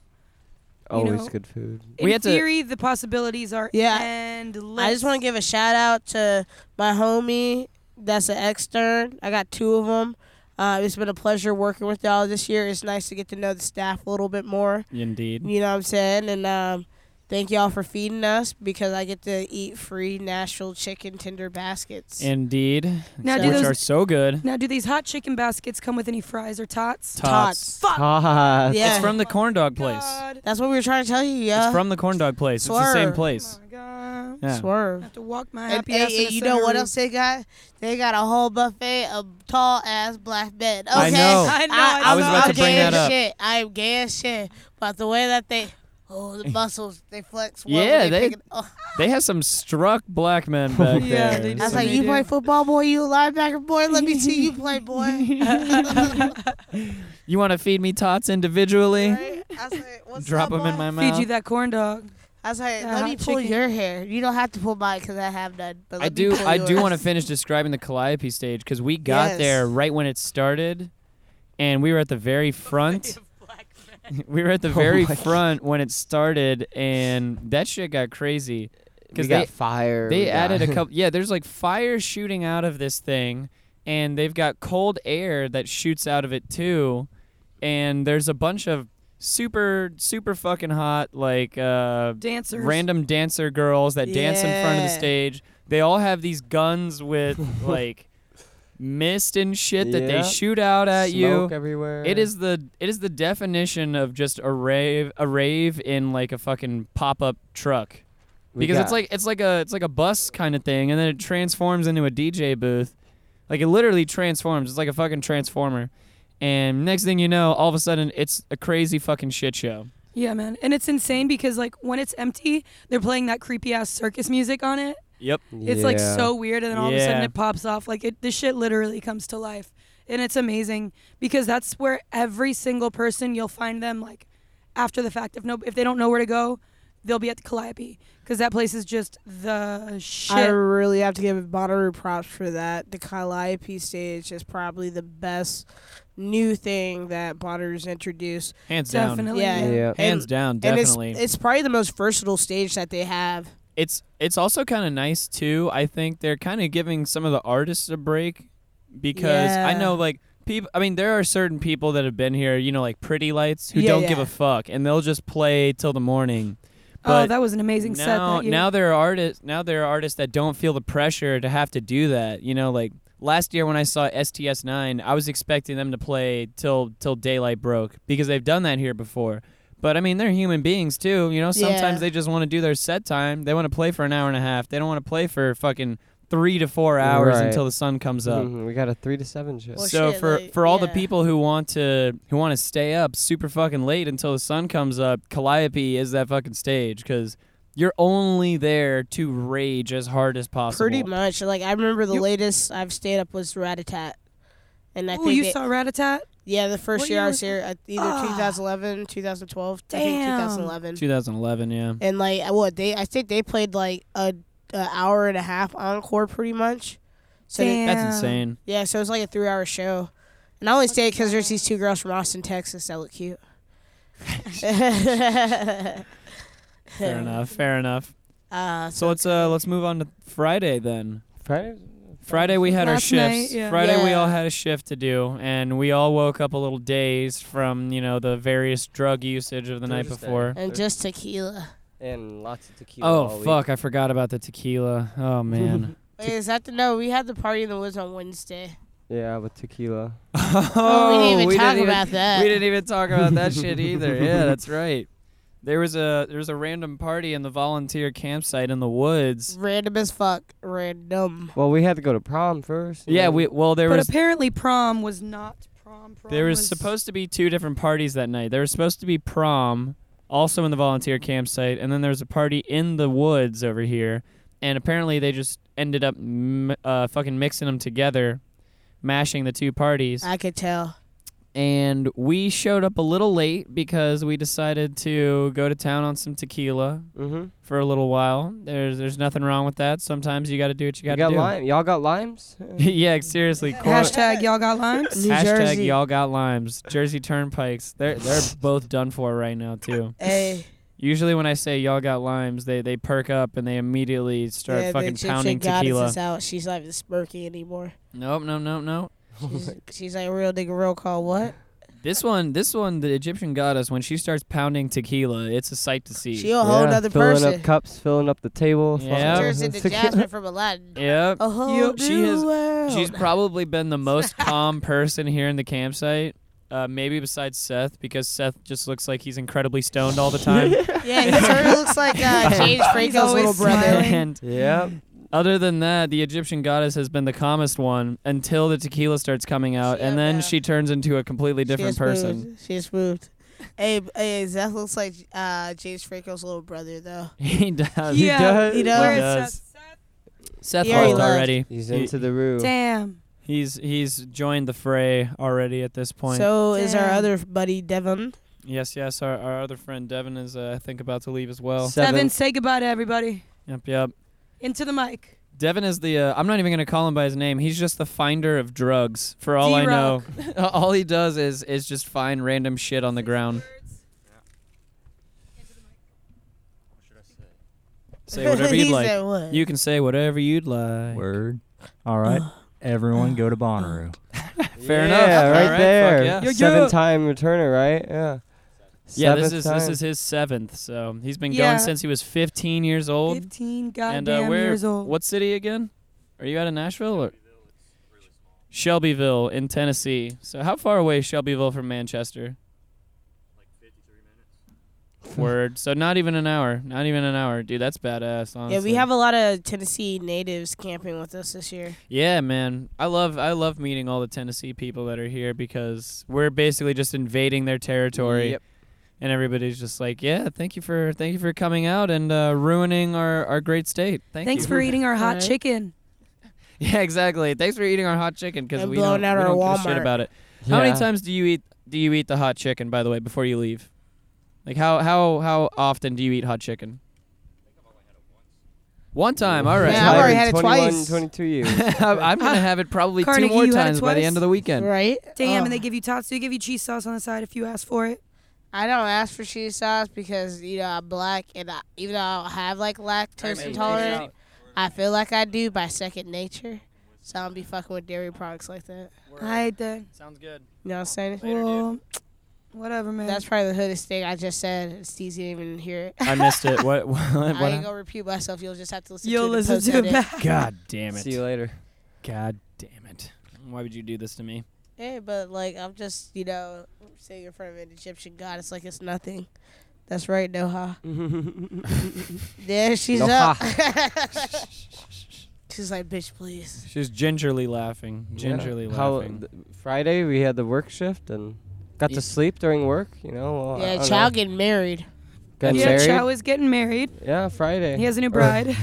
Speaker 2: Always
Speaker 3: know,
Speaker 2: good food.
Speaker 3: in
Speaker 1: We had to-
Speaker 3: theory the possibilities are
Speaker 4: Yeah, I-
Speaker 3: endless.
Speaker 4: I just want to give a shout out to my homie. That's an extern. I got two of them. Uh, it's been a pleasure working with y'all this year. It's nice to get to know the staff a little bit more.
Speaker 1: *laughs* Indeed.
Speaker 4: You know what I'm saying? And um, thank y'all for feeding us because I get to eat free national chicken tender baskets.
Speaker 1: Indeed.
Speaker 3: Now
Speaker 1: which
Speaker 3: do those-
Speaker 1: are so good.
Speaker 3: Now do these hot chicken baskets come with any fries or tots?
Speaker 1: Tots.
Speaker 4: Tots.
Speaker 2: *laughs* Ah,
Speaker 4: Yeah.
Speaker 1: It's from the corn dog place.
Speaker 3: God.
Speaker 4: That's what we were trying to tell you, yeah.
Speaker 1: It's from the corn dog place. It's the same
Speaker 4: Swerve.
Speaker 1: place.
Speaker 3: Oh my god.
Speaker 1: Yeah.
Speaker 3: I
Speaker 4: Swerve.
Speaker 3: have to walk my
Speaker 4: And,
Speaker 3: happy
Speaker 4: and-
Speaker 3: ass in
Speaker 4: and
Speaker 3: a
Speaker 4: you know what
Speaker 3: Subaru.
Speaker 4: else they got? They got a whole buffet of tall ass black men. Okay.
Speaker 1: I know.
Speaker 3: I know.
Speaker 4: I,
Speaker 3: I
Speaker 4: am
Speaker 1: was about to bring
Speaker 4: gay
Speaker 1: that
Speaker 4: as
Speaker 1: up.
Speaker 4: Shit. I'm gay as shit. But the way that they, oh,
Speaker 1: *laughs*
Speaker 4: the muscles, they flex. well when
Speaker 1: Yeah, they-
Speaker 4: pick it-
Speaker 1: *laughs*
Speaker 4: oh.
Speaker 1: They have some struck black men back
Speaker 3: *laughs* Yeah,
Speaker 1: there.
Speaker 3: they do.
Speaker 4: I was
Speaker 3: So
Speaker 4: like,
Speaker 3: they
Speaker 4: you
Speaker 3: do.
Speaker 4: play football, boy. You a linebacker, boy. Let me see you
Speaker 1: *laughs*
Speaker 4: play, boy. *laughs* Right?
Speaker 1: you want to feed me tots individually?
Speaker 4: I was like, What's
Speaker 1: Drop
Speaker 4: up,
Speaker 1: them in
Speaker 4: boy?"
Speaker 1: my mouth.
Speaker 3: feed you that corn dog?
Speaker 4: I was like,
Speaker 3: that
Speaker 4: let
Speaker 3: hot
Speaker 4: me pull
Speaker 3: chicken.
Speaker 4: your hair. You don't have to pull mine because I have none. But
Speaker 1: I
Speaker 4: let me
Speaker 1: do.
Speaker 4: pull
Speaker 1: I do
Speaker 4: yours.
Speaker 1: want to finish describing the Calliope stage because we got
Speaker 4: Yes.
Speaker 1: there right when it started, and we were at the very front. *laughs* we were
Speaker 2: *laughs*
Speaker 1: at the very
Speaker 2: Oh my
Speaker 1: front when it started, and that shit got crazy.
Speaker 2: we
Speaker 1: Because
Speaker 2: got
Speaker 1: they-
Speaker 2: fire.
Speaker 1: They
Speaker 2: we
Speaker 1: added a
Speaker 2: *laughs* got-
Speaker 1: couple. Yeah, there's like fire shooting out of this thing, and they've got cold air that shoots out of it too, and there's a bunch of super super fucking hot like uh,
Speaker 3: Dancers.
Speaker 1: random dancer girls that dance in front of the
Speaker 4: Yeah.
Speaker 1: stage. They all have these guns
Speaker 2: *laughs*
Speaker 1: with like mist and shit that they
Speaker 2: Yeah.
Speaker 1: shoot out at you.
Speaker 2: Smoke everywhere.
Speaker 1: It is the it is the definition of just a rave a rave in like a fucking pop up truck
Speaker 2: We
Speaker 1: because it's
Speaker 2: got-
Speaker 1: like it's like a it's like a bus kind of thing, and then it transforms into a DJ booth. Like it literally transforms. It's like a fucking transformer. And next thing you know, all of a sudden, it's a crazy fucking shit show.
Speaker 3: Yeah, man. And it's insane because like when it's empty, they're playing that creepy ass circus music on it.
Speaker 1: Yep.
Speaker 3: It's like
Speaker 2: Yeah.
Speaker 3: so weird, and then all of a sudden
Speaker 1: Yeah.
Speaker 3: it pops off. Like it, this shit literally comes to life, and it's amazing because that's where every single person you'll find them like after the fact. If no, if they don't know where to go, they'll be at the Calliope because that place is just the shit.
Speaker 4: I really have to give Bonnaroo props for that. The Calliope stage is probably the best new thing that Bonnaroo's introduced.
Speaker 1: Hands down.
Speaker 3: Definitely.
Speaker 4: Yeah.
Speaker 3: yeah.
Speaker 2: Yeah.
Speaker 1: Hands
Speaker 4: And-
Speaker 1: down.
Speaker 4: And
Speaker 1: Definitely.
Speaker 4: it's, it's probably the most versatile stage that they have.
Speaker 1: it's it's also kind of nice too. I think they're kind of giving some of the artists a break because I
Speaker 4: Yeah.
Speaker 1: know like people. I mean, there are certain people that have been here, you know, like Pretty Lights, who
Speaker 4: Yeah,
Speaker 1: don't give
Speaker 4: yeah.
Speaker 1: a fuck, and they'll just play till the morning.
Speaker 3: Oh,
Speaker 1: But
Speaker 3: that was an amazing set.
Speaker 1: now,
Speaker 3: That year.
Speaker 1: now there are artists. Now there are artists that don't feel the pressure to have to do that. You know, like last year when I saw STS Nine, I was expecting them to play till till daylight broke because they've done that here before. But I mean, they're human beings too. You know, sometimes
Speaker 4: Yeah.
Speaker 1: they just want to do their set time. They want to play for an hour and a half. They don't want to play for fucking three to four hours
Speaker 2: Right.
Speaker 1: until the sun comes up.
Speaker 2: Mhm, we got a three to seven show.
Speaker 4: Well,
Speaker 1: So
Speaker 4: shit,
Speaker 1: for
Speaker 4: like,
Speaker 1: for all the
Speaker 4: yeah.
Speaker 1: people who want to who want to stay up super fucking late until the sun comes up, Calliope is that fucking stage because you're only there to rage as hard as possible.
Speaker 4: Pretty much. Like I remember the
Speaker 3: You-
Speaker 4: latest I've stayed up was Ratatat. And I
Speaker 3: Ooh,
Speaker 4: think
Speaker 3: you
Speaker 4: it-
Speaker 3: saw Ratatat.
Speaker 4: yeah, the first
Speaker 3: What
Speaker 4: year
Speaker 3: year
Speaker 4: I
Speaker 3: was
Speaker 4: was here, uh, either
Speaker 3: Ah.
Speaker 4: 2011, 2012, I think
Speaker 3: Damn.
Speaker 4: 2011.
Speaker 1: 2011, yeah.
Speaker 4: And like I- what they, I think they played like a, a hour and a half encore pretty much. So they-
Speaker 3: Damn.
Speaker 1: That's
Speaker 4: *laughs*
Speaker 1: insane.
Speaker 4: Yeah, so it's like a three-hour show, and I only stayed because there's these two girls from Austin, Texas that look cute. *laughs*
Speaker 1: Fair
Speaker 4: Fair
Speaker 1: enough. Fair enough.
Speaker 4: Uh,
Speaker 1: So let's uh let's move on to Friday then.
Speaker 2: Friday?
Speaker 1: Friday we had our
Speaker 3: Last night,
Speaker 1: shifts.
Speaker 3: yeah.
Speaker 1: Friday we
Speaker 4: Yeah.
Speaker 1: all had a shift to do, and we all woke up a little dazed from you know the various drug usage of the night
Speaker 2: Thursday.
Speaker 1: before.
Speaker 4: and just tequila.
Speaker 2: and lots of tequila. all
Speaker 1: Oh
Speaker 2: week.
Speaker 1: fuck! I forgot about the tequila. Oh
Speaker 4: *laughs*
Speaker 1: man.
Speaker 4: Wait, is that the no? We had the party in the woods on Wednesday.
Speaker 2: Yeah, with tequila.
Speaker 1: oh,
Speaker 4: we didn't even talk
Speaker 1: even-
Speaker 4: about that.
Speaker 1: We didn't even talk about that shit
Speaker 4: *laughs*
Speaker 1: either. Yeah, that's right. There was a there was a random party in the volunteer campsite in the woods.
Speaker 4: Random as fuck. Random.
Speaker 2: Well, we had to go to prom first. and
Speaker 1: Yeah,
Speaker 2: then-
Speaker 1: we well there
Speaker 3: but
Speaker 1: was
Speaker 3: apparently prom was not prom. prom
Speaker 1: there was supposed to be two different parties that night. There was supposed to be prom, also in the volunteer campsite, and then there was a party in the woods over here. And apparently they just ended up m- uh, fucking mixing them together, mashing the two parties.
Speaker 4: I
Speaker 1: *laughs*
Speaker 4: could tell.
Speaker 1: and we showed up a little late because we decided to go to town on some tequila
Speaker 2: Mhm.
Speaker 1: for a little while. There's there's nothing wrong with that. Sometimes you got to do what you
Speaker 2: You
Speaker 1: got
Speaker 2: got
Speaker 1: to do.
Speaker 2: lime. Y'all got limes?
Speaker 1: *laughs* yeah, seriously. Cor-
Speaker 3: Hashtag y'all got limes.
Speaker 1: *laughs*
Speaker 4: New
Speaker 1: hashtag
Speaker 4: Jersey.
Speaker 1: y'all got limes. Jersey Turnpikes. They're *laughs* they're both done for right now too.
Speaker 4: Hey,
Speaker 1: Usually when I say y'all got limes, they they perk up and they immediately start
Speaker 4: yeah, the
Speaker 1: fucking
Speaker 4: Egyptian
Speaker 1: pounding
Speaker 4: goddess
Speaker 1: tequila.
Speaker 4: Is out. She's not even
Speaker 1: *laughs*
Speaker 4: smirky anymore.
Speaker 1: Nope, no, no, no.
Speaker 4: She's, she's like real nigga roll call. What?
Speaker 1: This one, this one, the Egyptian goddess, when she starts pounding tequila, it's a sight to see.
Speaker 4: She a whole
Speaker 2: yeah,
Speaker 4: nother
Speaker 2: filling
Speaker 4: person.
Speaker 2: up cups, filling up the table.
Speaker 1: Yeah. *laughs*
Speaker 4: Turns into
Speaker 2: *laughs*
Speaker 4: Jasmine from Aladdin.
Speaker 1: yep.
Speaker 4: A whole
Speaker 1: Yep,
Speaker 4: new
Speaker 1: she has-
Speaker 4: world.
Speaker 1: She's probably been the
Speaker 4: *laughs*
Speaker 1: most calm person here in the campsite. Uh, maybe besides Seth, because Seth just looks like he's incredibly stoned all the
Speaker 2: *laughs*
Speaker 4: *laughs*
Speaker 1: time. *laughs*
Speaker 4: yeah, he sort of looks like uh, *laughs* James Franco's
Speaker 3: always
Speaker 4: little brother.
Speaker 3: smiling.
Speaker 4: *laughs*
Speaker 1: and
Speaker 2: yeah.
Speaker 1: other than that, the Egyptian goddess has been the calmest one until the tequila starts coming out,
Speaker 4: She
Speaker 1: and
Speaker 4: up
Speaker 1: then
Speaker 4: now.
Speaker 1: she turns into a completely different
Speaker 4: She's
Speaker 1: person.
Speaker 4: Moved. She's moved. Hey, b- hey, Zeth looks like uh, James Franco's little brother, though.
Speaker 1: *laughs* he does.
Speaker 3: yeah,
Speaker 2: does.
Speaker 4: He does.
Speaker 3: where it's
Speaker 1: does.
Speaker 3: Seth- Seth-
Speaker 1: Seth
Speaker 4: He already
Speaker 1: left
Speaker 4: left.
Speaker 1: already.
Speaker 2: He's
Speaker 1: He-
Speaker 2: into the room.
Speaker 3: Damn.
Speaker 1: he's he's joined the fray already at this point.
Speaker 4: So is our
Speaker 3: Damn.
Speaker 4: other buddy Devon.
Speaker 1: yes, yes. Our, our other friend Devin is, uh, I think, about to leave as well.
Speaker 3: Seven.
Speaker 2: Seven.
Speaker 3: say goodbye to everybody.
Speaker 1: Yep, yep.
Speaker 3: Into the mic.
Speaker 1: Devin is the. Uh, I'm not even gonna call him by his name. He's just the finder of drugs. For all I know, *laughs* all he does is is just find random shit on the
Speaker 3: *laughs*
Speaker 1: ground. Say
Speaker 4: *laughs*
Speaker 1: whatever you'd
Speaker 4: He
Speaker 1: like.
Speaker 4: said what?
Speaker 1: You can say whatever you'd like.
Speaker 5: Word.
Speaker 3: *sighs*
Speaker 5: All right. Everyone go to Bonnaroo.
Speaker 1: Fair
Speaker 2: yeah,
Speaker 1: enough.
Speaker 2: right
Speaker 1: Alright, fuck
Speaker 2: there.
Speaker 1: yeah. Yo,
Speaker 2: Seven
Speaker 1: yo.
Speaker 2: time returner, right? Yeah.
Speaker 1: Yeah, this
Speaker 2: Seventh
Speaker 1: is this
Speaker 2: time.
Speaker 1: is his seventh. So he's been
Speaker 3: Yeah.
Speaker 1: going since he was 15 years old.
Speaker 3: 15
Speaker 1: and
Speaker 3: goddamn
Speaker 1: uh, where?
Speaker 3: years old.
Speaker 1: What city again? Are you out of Nashville or? Shelbyville in Tennessee. So how far away is Shelbyville from Manchester? Like 53 minutes. Word. So not even an hour. Not even an hour, dude. That's badass. Honestly.
Speaker 4: yeah, we have a lot of Tennessee natives camping with us this year.
Speaker 1: Yeah, man. I love I love meeting all the Tennessee people that are here because we're basically just invading their territory.
Speaker 2: Yep.
Speaker 1: And everybody's just like, yeah, thank you for thank you for coming out and uh, ruining our, our great state. Thank
Speaker 3: Thanks
Speaker 1: you. *laughs*
Speaker 3: for eating our hot
Speaker 4: Alright.
Speaker 3: chicken.
Speaker 1: Yeah, exactly. Thanks for eating our hot chicken because
Speaker 4: And
Speaker 1: we
Speaker 4: blowing
Speaker 1: don't,
Speaker 4: out
Speaker 1: we
Speaker 4: our
Speaker 1: don't give a shit
Speaker 4: Walmart.
Speaker 1: about it. How many
Speaker 2: Yeah.
Speaker 1: times do you eat do you eat the hot chicken by the way before you leave? Like how how how often do you eat hot chicken? One time, all right.
Speaker 4: Yeah, I've
Speaker 2: Tied
Speaker 4: already
Speaker 2: in
Speaker 4: had it
Speaker 2: 21,
Speaker 4: twice.
Speaker 2: 22 years.
Speaker 1: I'm- *laughs* I'm gonna have it probably two
Speaker 3: Carnegie,
Speaker 1: more
Speaker 3: you had it
Speaker 1: times by the
Speaker 3: twice?
Speaker 1: end of the weekend.
Speaker 4: Right?
Speaker 3: Damn,
Speaker 4: Oh.
Speaker 3: and they give you tots. They give you cheese sauce on the side if you ask for it.
Speaker 4: I don't ask for cheese sauce because you know I'm black, and I, even though I don't have like lactose intolerant, I feel like I do by second nature. So I don't be fucking with dairy products like that.
Speaker 3: I ate that.
Speaker 1: Sounds good.
Speaker 4: You know what I'm saying?
Speaker 3: Well, whatever, man.
Speaker 4: That's probably the hoodest thing I just said. It's easy to even hear it.
Speaker 1: I missed it. What *laughs* what,
Speaker 4: I ain't
Speaker 1: what
Speaker 4: gonna repeat myself. You'll just have to listen.
Speaker 3: You'll
Speaker 4: to
Speaker 3: listen to it
Speaker 4: it.
Speaker 3: back.
Speaker 1: God damn
Speaker 2: See you
Speaker 1: it.
Speaker 2: later.
Speaker 1: God damn it. Why would you do this to me?
Speaker 4: Yeah, but like I'm just you know sitting in front of an Egyptian goddess like it's nothing. That's right, Noha. There she's up. she's like, bitch, please.
Speaker 1: She's gingerly laughing. Gingerly
Speaker 2: Yeah. How,
Speaker 1: laughing.
Speaker 2: th- Friday we had the work shift and got
Speaker 1: Ye-
Speaker 2: to sleep during work. You know. Well, I
Speaker 4: yeah,
Speaker 2: don't
Speaker 4: child
Speaker 2: know.
Speaker 4: getting married.
Speaker 2: Got
Speaker 3: yeah,
Speaker 2: married.
Speaker 3: Chow is getting married.
Speaker 2: yeah, Friday.
Speaker 3: He has a new
Speaker 1: *laughs*
Speaker 2: Or
Speaker 3: bride.
Speaker 2: *laughs*
Speaker 3: *laughs*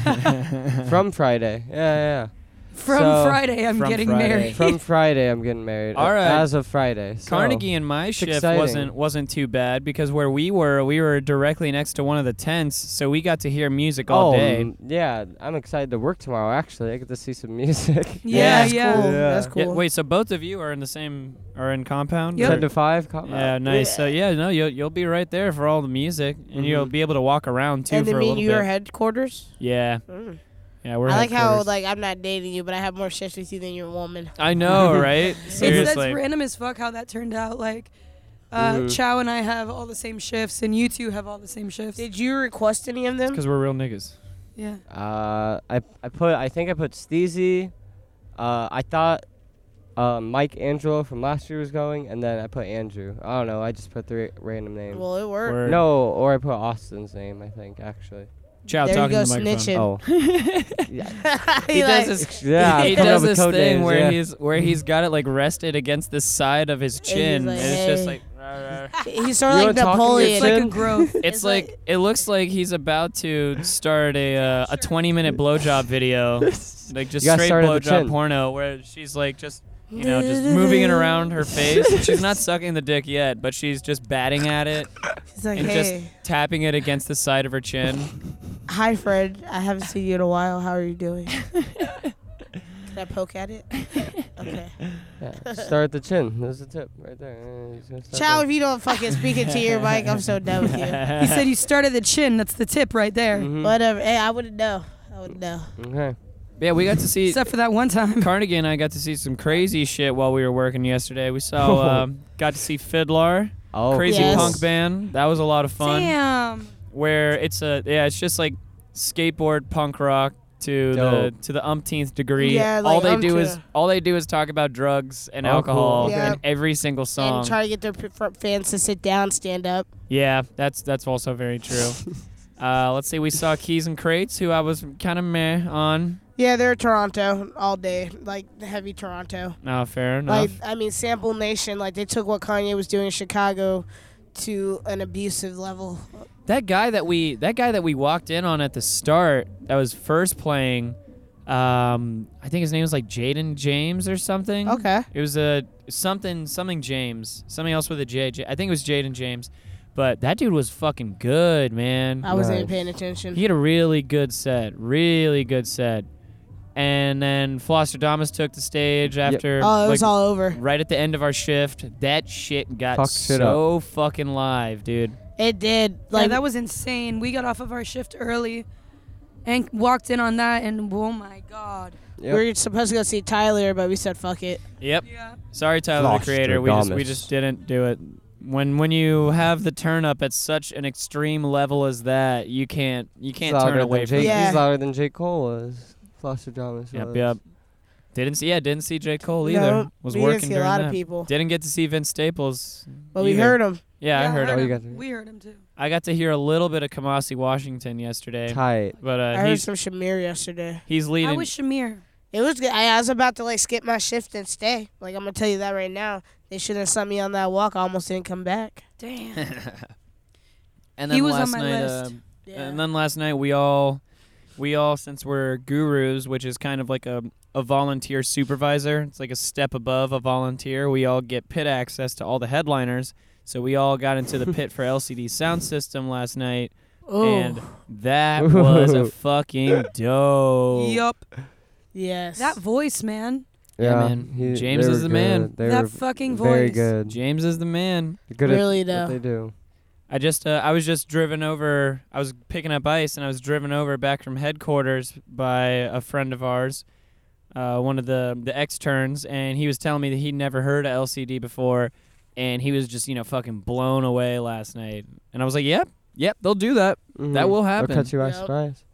Speaker 2: from Friday. Yeah, yeah.
Speaker 3: From
Speaker 2: So-
Speaker 3: Friday, I'm
Speaker 1: From
Speaker 3: getting
Speaker 1: Friday.
Speaker 2: yeah.
Speaker 3: married.
Speaker 2: From Friday, I'm getting married.
Speaker 1: All right.
Speaker 2: As of Friday. So.
Speaker 1: Carnegie and my shift
Speaker 2: exciting.
Speaker 1: wasn't wasn't too bad because where we were, we were directly next to one of the tents, so we got to hear music all
Speaker 2: oh,
Speaker 1: day.
Speaker 2: m- yeah. I'm excited to work tomorrow. Actually, I get to see
Speaker 3: *laughs*
Speaker 2: some music.
Speaker 3: yeah,
Speaker 4: that's
Speaker 3: yeah.
Speaker 4: cool.
Speaker 2: Yeah.
Speaker 4: That's
Speaker 1: Yeah,
Speaker 4: cool.
Speaker 1: wait, so both of you are in the same are in compound?
Speaker 3: Yep.
Speaker 2: Ten
Speaker 1: or-
Speaker 2: to five. Come
Speaker 1: Yeah, nice. So yeah, no, you'll you'll be right there for all the music, and you'll
Speaker 2: Mhm.
Speaker 1: be able to walk around too
Speaker 4: and
Speaker 1: for
Speaker 4: then
Speaker 1: a
Speaker 4: me
Speaker 1: little
Speaker 4: and you are
Speaker 1: bit.
Speaker 4: headquarters.
Speaker 1: yeah,
Speaker 4: Mm.
Speaker 1: yeah, we're.
Speaker 4: I like how
Speaker 1: headquarters.
Speaker 4: like I'm not dating you, but I have more shifts with you than your woman. *laughs*
Speaker 1: I know, right?
Speaker 3: It's, that's
Speaker 1: Seriously.
Speaker 3: random as fuck how that turned out. Like, Uh,
Speaker 2: Mhm.
Speaker 3: Chow and I have all the same shifts, and you two have all the same shifts.
Speaker 4: Did you request any of them?
Speaker 1: Because we're real niggas.
Speaker 3: yeah.
Speaker 2: Uh, I I put I think I put Steezy. Uh, I thought uh, Mike Angelo from last year was going, and then I put Andrew. I don't know. I just put three random names.
Speaker 4: Well, it worked.
Speaker 1: Word.
Speaker 2: no, or I put Austin's name. I think actually.
Speaker 1: Chow
Speaker 4: There you
Speaker 1: talking
Speaker 4: go,
Speaker 1: to the microphone.
Speaker 4: snitching.
Speaker 2: Oh,
Speaker 4: *laughs* He
Speaker 1: He
Speaker 4: like-
Speaker 1: does this.
Speaker 2: *laughs* Yeah,
Speaker 1: *laughs*
Speaker 2: I'm
Speaker 1: he
Speaker 2: coming
Speaker 1: does
Speaker 2: up with
Speaker 1: this
Speaker 2: code
Speaker 1: thing
Speaker 2: names,
Speaker 1: where
Speaker 2: yeah.
Speaker 1: he's where he's got it like rested against the side of his
Speaker 4: he's
Speaker 1: chin,
Speaker 4: like,
Speaker 1: and it's just
Speaker 4: "Hey."
Speaker 1: like. rah, rah, rah.
Speaker 4: He's sort
Speaker 2: You
Speaker 4: of
Speaker 2: wanna talk
Speaker 4: like
Speaker 2: to
Speaker 3: It's
Speaker 2: It's your
Speaker 4: Napoleon.
Speaker 3: like a
Speaker 2: like-
Speaker 3: growth.
Speaker 1: It's
Speaker 4: It's
Speaker 1: like,
Speaker 4: like-
Speaker 1: it looks like he's about to start a uh, a 20 minute blowjob
Speaker 2: *laughs*
Speaker 1: video, like just
Speaker 2: You gotta
Speaker 1: straight
Speaker 2: start at the
Speaker 1: blowjob
Speaker 2: chin.
Speaker 1: porno, where she's like just you know just moving it around her
Speaker 2: *laughs*
Speaker 1: face. she's not sucking the dick yet, but she's just batting at it
Speaker 4: He's like,
Speaker 1: and
Speaker 4: hey,
Speaker 1: just tapping it against the side of her chin.
Speaker 4: hi, Fred. I haven't seen you in a while. How are you doing? Can I poke at it? Okay.
Speaker 2: Yeah, start at the chin. There's the tip right there. Uh, he's gonna start
Speaker 4: Chow,
Speaker 2: there.
Speaker 4: if you don't fucking speak into your mic, I'm so done with you.
Speaker 3: *laughs* He said you started the chin. That's the tip right there.
Speaker 1: Mm-hmm.
Speaker 2: Mhm.
Speaker 4: Whatever. Hey, I wouldn't know. I wouldn't know.
Speaker 2: Okay.
Speaker 1: yeah, we got to see
Speaker 3: Except for that one time.
Speaker 1: *laughs* Carnegie and I got to see some crazy shit while we were working yesterday. We
Speaker 2: *laughs*
Speaker 1: saw um, got to see Fiddler,
Speaker 2: Oh,
Speaker 1: crazy
Speaker 4: Yes.
Speaker 1: punk band. That was a lot of fun.
Speaker 3: Damn.
Speaker 1: where it's a yeah, it's just like skateboard punk rock to
Speaker 2: Dope.
Speaker 1: the to the umpteenth degree.
Speaker 4: Yeah,
Speaker 1: all
Speaker 4: like
Speaker 1: they do
Speaker 4: umpteen.
Speaker 1: is all they do is talk about drugs and
Speaker 2: Oh, cool.
Speaker 1: alcohol
Speaker 4: Yeah.
Speaker 1: in every single song.
Speaker 4: And try to get their p- fr- fans to sit down, stand up.
Speaker 1: yeah, that's that's also very
Speaker 2: *laughs*
Speaker 1: true. uh, let's see, we saw Keys and Crates, who I was kind of meh on.
Speaker 4: Yeah, they're Toronto all day, like heavy Toronto.
Speaker 1: No, fair enough.
Speaker 4: Like I mean, Sample Nation, like they took what Kanye was doing in Chicago to an abusive level.
Speaker 1: that guy that we that guy that we walked in on at the start that was first playing. Um, I think his name was like Jaden James or something.
Speaker 4: Okay.
Speaker 1: It was a something something James, something else with a J. J- I think it was Jaden James, but that dude was fucking good, man.
Speaker 4: I wasn't even
Speaker 2: Nice.
Speaker 4: paying attention.
Speaker 1: He had a really good set, really good set. And then Foster Thomas took the stage after,
Speaker 4: oh, it was
Speaker 1: like,
Speaker 4: all over.
Speaker 1: right at the end of our shift. That shit got
Speaker 2: Fucked shit
Speaker 1: so fucking live, dude.
Speaker 4: It did.
Speaker 3: Like
Speaker 4: Like
Speaker 3: that was insane. We got off of our shift early, and walked in on that, and oh my god.
Speaker 2: Yep.
Speaker 4: we were supposed to go see Tyler, but we said fuck it.
Speaker 1: Yep.
Speaker 3: Yeah.
Speaker 1: Sorry, Tyler the
Speaker 2: Foster
Speaker 1: Creator. We just we
Speaker 2: Thomas.
Speaker 1: just didn't do it. When when you have the turn up at such an extreme level as that, you can't you
Speaker 2: He's
Speaker 1: can't
Speaker 2: louder
Speaker 1: turn
Speaker 2: than
Speaker 1: away from
Speaker 2: Jake-
Speaker 1: it.
Speaker 4: Yeah.
Speaker 2: He's louder than J. Cole was. Foster Thomas.
Speaker 1: Yep,
Speaker 2: was.
Speaker 1: yep. Didn't see yeah, didn't see J. Cole either.
Speaker 4: No,
Speaker 1: was
Speaker 4: we
Speaker 1: working
Speaker 4: didn't see a
Speaker 1: during
Speaker 4: lot
Speaker 1: that.
Speaker 4: of people,
Speaker 1: Didn't get to see Vince Staples.
Speaker 4: but we
Speaker 1: either.
Speaker 4: heard him.
Speaker 1: Yeah, I heard him.
Speaker 2: heard him. Oh, you got to-
Speaker 3: We heard him too.
Speaker 1: I got to hear a little bit of Kamasi Washington yesterday.
Speaker 2: Tight.
Speaker 1: But
Speaker 4: I
Speaker 1: uh,
Speaker 4: heard
Speaker 1: he's
Speaker 4: some Shamir yesterday.
Speaker 1: he's leading
Speaker 3: I
Speaker 1: *laughs*
Speaker 3: was Shamir.
Speaker 4: It was good. I, I was about to like skip my shift and stay. Like I'm gonna tell you that right now. They shouldn't have sent me on that walk. I almost didn't come back.
Speaker 3: Damn.
Speaker 1: and then
Speaker 3: He was on
Speaker 1: last
Speaker 3: my
Speaker 1: night
Speaker 3: list.
Speaker 1: uh, And then last night we all we all since we're gurus, which is kind of like a a volunteer supervisor. It's like a step above a volunteer. We all get pit access to all the headliners. So we all got into the
Speaker 4: *laughs*
Speaker 1: pit for LCD sound system last night and that was
Speaker 2: *laughs*
Speaker 1: a fucking dope.
Speaker 3: Yup.
Speaker 4: yes.
Speaker 3: That voice, man.
Speaker 1: Yeah,
Speaker 2: Yeah,
Speaker 1: man.
Speaker 2: he-
Speaker 1: James
Speaker 2: they
Speaker 1: is the
Speaker 2: were
Speaker 1: man.
Speaker 2: good. They
Speaker 3: that
Speaker 2: were
Speaker 3: fucking voice.
Speaker 2: very good.
Speaker 1: James is the man.
Speaker 2: Good at
Speaker 4: really
Speaker 2: what they
Speaker 4: though.
Speaker 2: do.
Speaker 1: I just uh, I was just driven over. I was picking up ice, and I was driven over back from headquarters by a friend of ours, uh, one of the the externs, and he was telling me that he'd never heard of LCD before, and he was just you know fucking blown away last night. And I was like, yep, yep, they'll do that.
Speaker 2: Mhm.
Speaker 1: will
Speaker 2: They'll
Speaker 1: happen.
Speaker 2: catch you by
Speaker 4: Yep.
Speaker 2: surprise.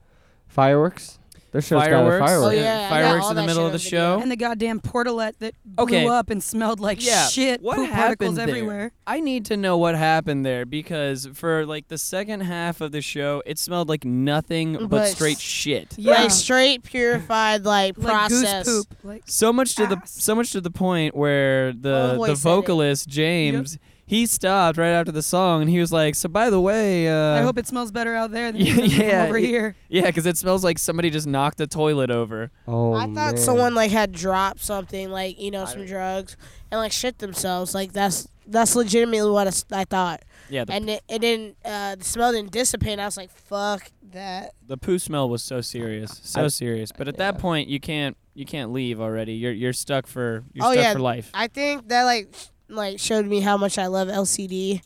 Speaker 2: Fireworks. Their show's
Speaker 1: Fireworks.
Speaker 2: got a
Speaker 4: Oh
Speaker 2: fireworks.
Speaker 4: yeah, I got
Speaker 1: Fireworks
Speaker 4: all
Speaker 1: in the
Speaker 4: that
Speaker 1: middle
Speaker 4: shit
Speaker 1: of the
Speaker 4: on video.
Speaker 1: show.
Speaker 3: And the goddamn portalette that
Speaker 1: Okay.
Speaker 3: blew up and smelled like
Speaker 1: Yeah,
Speaker 3: shit.
Speaker 1: what
Speaker 3: poop
Speaker 1: happened
Speaker 3: particles
Speaker 1: there? *laughs*
Speaker 3: everywhere.
Speaker 1: I need to know what happened there because for like the second half of the show, it smelled like nothing but,
Speaker 4: But-
Speaker 1: straight shit.
Speaker 3: Yeah.
Speaker 4: Like straight purified like
Speaker 3: Like
Speaker 4: process.
Speaker 3: goose poop. Like
Speaker 1: So much to the
Speaker 3: Ass.
Speaker 1: so much to the point where the
Speaker 4: Homeboy
Speaker 1: the
Speaker 4: said it.
Speaker 1: vocalist James he stopped right after the song and he was like, "So by the way, uh,
Speaker 3: I hope it smells better out there than
Speaker 1: yeah,
Speaker 3: it does
Speaker 1: *laughs*
Speaker 3: from
Speaker 1: yeah,
Speaker 3: over
Speaker 1: yeah.
Speaker 3: here.
Speaker 1: *laughs* yeah, because it smells like somebody just knocked a toilet over."
Speaker 2: Oh,
Speaker 4: I thought
Speaker 2: man.
Speaker 4: someone like had dropped something like you know some drugs and like shit themselves. Like that's that's legitimately what I s- I thought.
Speaker 1: Yeah, the,
Speaker 4: And it, it didn't uh, the smell didn't dissipate. I was like fuck that.
Speaker 1: the poo smell was so serious, so
Speaker 2: I-
Speaker 1: serious. But at
Speaker 2: yeah.
Speaker 1: that point, you can't you can't leave already. You're you're stuck for you're
Speaker 4: Oh,
Speaker 1: stuck
Speaker 4: yeah.
Speaker 1: for life.
Speaker 4: I think that like sh- like showed me how much I love LCD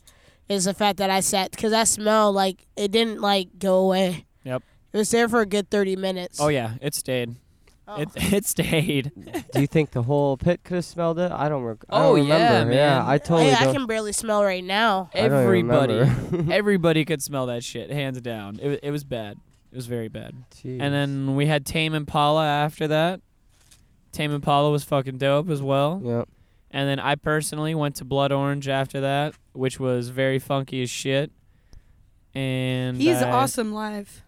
Speaker 4: is the fact that I sat because that smell like it didn't like go away.
Speaker 1: Yep.
Speaker 4: It was there for a good thirty minutes.
Speaker 1: Oh yeah, it stayed.
Speaker 4: Oh.
Speaker 1: It, *laughs* it stayed.
Speaker 2: Do you think the whole pit could have smelled it? I don't, rec- I
Speaker 1: Oh,
Speaker 2: don't
Speaker 1: yeah,
Speaker 2: remember.
Speaker 1: man.
Speaker 2: I totally
Speaker 4: Hey, I
Speaker 2: don't.
Speaker 4: can barely smell right now.
Speaker 2: I don't even
Speaker 1: Everybody, *laughs*
Speaker 2: remember.
Speaker 1: everybody could smell that shit, hands down. It, wa- it was bad. It was very bad.
Speaker 2: *laughs* Jeez.
Speaker 1: And then we had Tame Impala after that. Tame Impala was fucking dope as well.
Speaker 2: Yep.
Speaker 1: And then I personally went to Blood Orange after that, which was very funky as shit. And
Speaker 3: He's
Speaker 1: I-
Speaker 3: awesome live.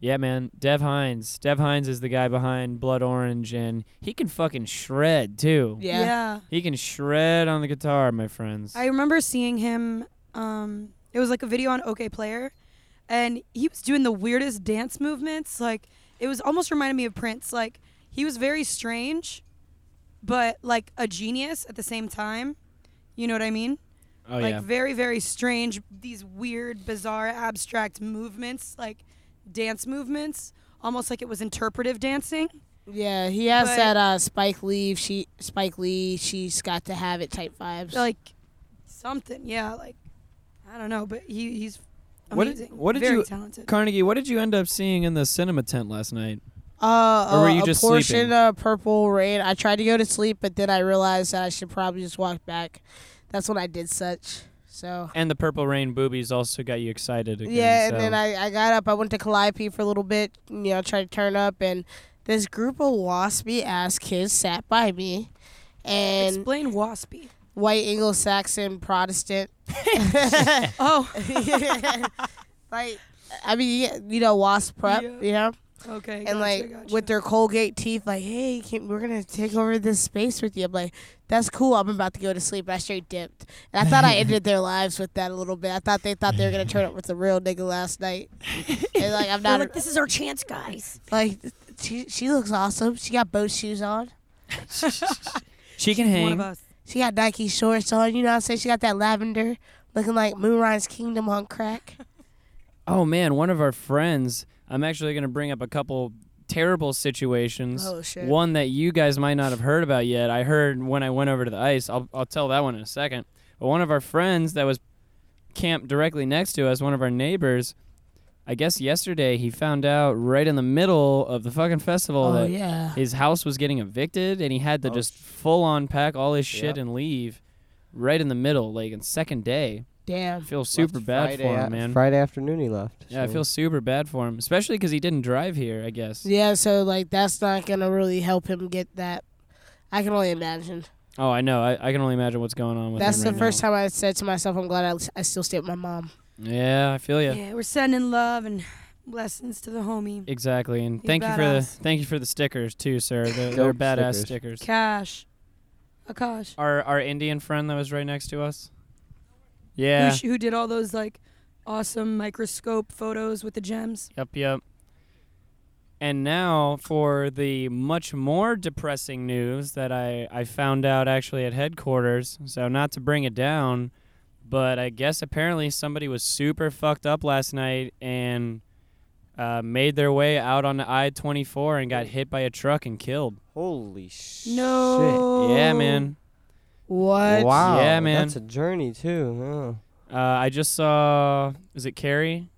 Speaker 1: Yeah, man. Dev Hines. Dev Hines is the guy behind Blood Orange, and he can fucking shred too.
Speaker 4: Yeah.
Speaker 1: He can shred on the guitar, my friends.
Speaker 3: I remember seeing him. Um, it was like a video on OK Player, and he was doing the weirdest dance movements. Like it was almost reminded me of Prince. Like he was very strange, but like a genius at the same time. You know what I mean?
Speaker 1: oh
Speaker 3: like
Speaker 1: yeah.
Speaker 3: very very strange, these weird, bizarre, abstract movements, like dance movements, almost like it was interpretive dancing.
Speaker 4: Yeah, he has
Speaker 3: But-
Speaker 4: that uh, Spike Lee. She Spike Lee. She's got to have it type vibes.
Speaker 3: like something. Yeah, like I don't know, but he he's
Speaker 1: What did-
Speaker 3: amazing.
Speaker 1: what did
Speaker 3: Very
Speaker 1: you-
Speaker 3: talented.
Speaker 1: Carnegie, what did you end up seeing in the cinema tent last night?
Speaker 4: uh,
Speaker 1: Or were
Speaker 4: uh,
Speaker 1: you
Speaker 4: a
Speaker 1: just
Speaker 4: portion
Speaker 1: sleeping?
Speaker 4: of Purple Rain. I tried to go to sleep, but then I realized that I should probably just walk back. That's when I did such. So
Speaker 1: And the Purple Rain boobies also got you excited again.
Speaker 4: yeah,
Speaker 1: so.
Speaker 4: and then I, I got up. I went to Calliope for a little bit. You know, tried to turn up, and this group of waspy ass kids sat by me, and
Speaker 3: Explain waspy.
Speaker 4: white Anglo-Saxon Protestant. *laughs*
Speaker 3: Oh,
Speaker 4: like I mean, yeah, you know, wasp prep,
Speaker 3: Yeah.
Speaker 4: you know,
Speaker 3: okay.
Speaker 4: and
Speaker 3: gotcha,
Speaker 4: like
Speaker 3: gotcha.
Speaker 4: with their Colgate teeth, like, hey, can, we're gonna take over this space with you. I'm like, that's cool. I'm about to go to sleep. I straight dipped, and I thought I ended their lives with that a little bit. I thought they thought they were gonna turn up with the real nigga last night, and like
Speaker 3: *laughs*
Speaker 4: I'm
Speaker 3: They're
Speaker 4: not
Speaker 3: like this is our chance, guys.
Speaker 4: *laughs* like, she she looks awesome. She got both shoes on.
Speaker 1: she can
Speaker 3: One of
Speaker 1: hang.
Speaker 3: us.
Speaker 4: She got Nike shorts on. You know what I'm saying? She got that lavender, looking like Moonrise Kingdom on crack.
Speaker 1: Oh man, one of our friends. I'm actually going to bring up a couple terrible situations.
Speaker 4: Oh, shit.
Speaker 1: One that you guys might not have heard about yet. I heard when I went over to the ice. I'll I'll tell that one in a second. But one of our friends that was camped directly next to us, one of our neighbors. I guess yesterday he found out right in the middle of the fucking festival
Speaker 4: Oh
Speaker 1: that
Speaker 4: yeah.
Speaker 1: his house was getting evicted and he had to
Speaker 2: Oh,
Speaker 1: just full on pack all his shit
Speaker 2: Yep.
Speaker 1: and leave right in the middle like in second day i
Speaker 4: Damn.
Speaker 1: feel super
Speaker 2: Left
Speaker 1: bad
Speaker 2: Friday
Speaker 1: for him
Speaker 2: a-
Speaker 1: man
Speaker 2: Friday afternoon he left.
Speaker 1: yeah i
Speaker 2: so-
Speaker 1: feel super bad for him especially because he didn't drive here i guess
Speaker 4: Yeah, so like that's not gonna really help him get that. I can only imagine.
Speaker 1: oh i know I, I can only imagine what's going on with
Speaker 4: That's
Speaker 1: him
Speaker 4: the
Speaker 1: right
Speaker 4: first
Speaker 1: now.
Speaker 4: time I said to myself, I'm glad I, I still stayed with my mom.
Speaker 1: yeah i feel you
Speaker 3: Yeah. we're sending love and blessings to the homie.
Speaker 1: exactly and
Speaker 3: You
Speaker 1: thank you for the
Speaker 3: badass.
Speaker 1: thank you for the stickers too sir they're, they're
Speaker 2: Dope
Speaker 1: badass stickers,
Speaker 2: stickers.
Speaker 3: Cash, Akash,
Speaker 1: our our indian friend that was right next to us
Speaker 3: who,
Speaker 1: yeah
Speaker 3: sh- who did all those like awesome microscope photos with the gems.
Speaker 1: Yep, yep. And now for the much more depressing news that I, I found out actually at headquarters. So, not to bring it down, but I guess apparently somebody was super fucked up last night and uh, made their way out on the I 24 and got hit by a truck and killed.
Speaker 2: Holy shit.
Speaker 3: No.
Speaker 1: Yeah, man.
Speaker 4: What?
Speaker 2: Wow.
Speaker 1: Yeah, man.
Speaker 2: That's a journey too. huh?
Speaker 1: Uh, I just saw, is it Carrie?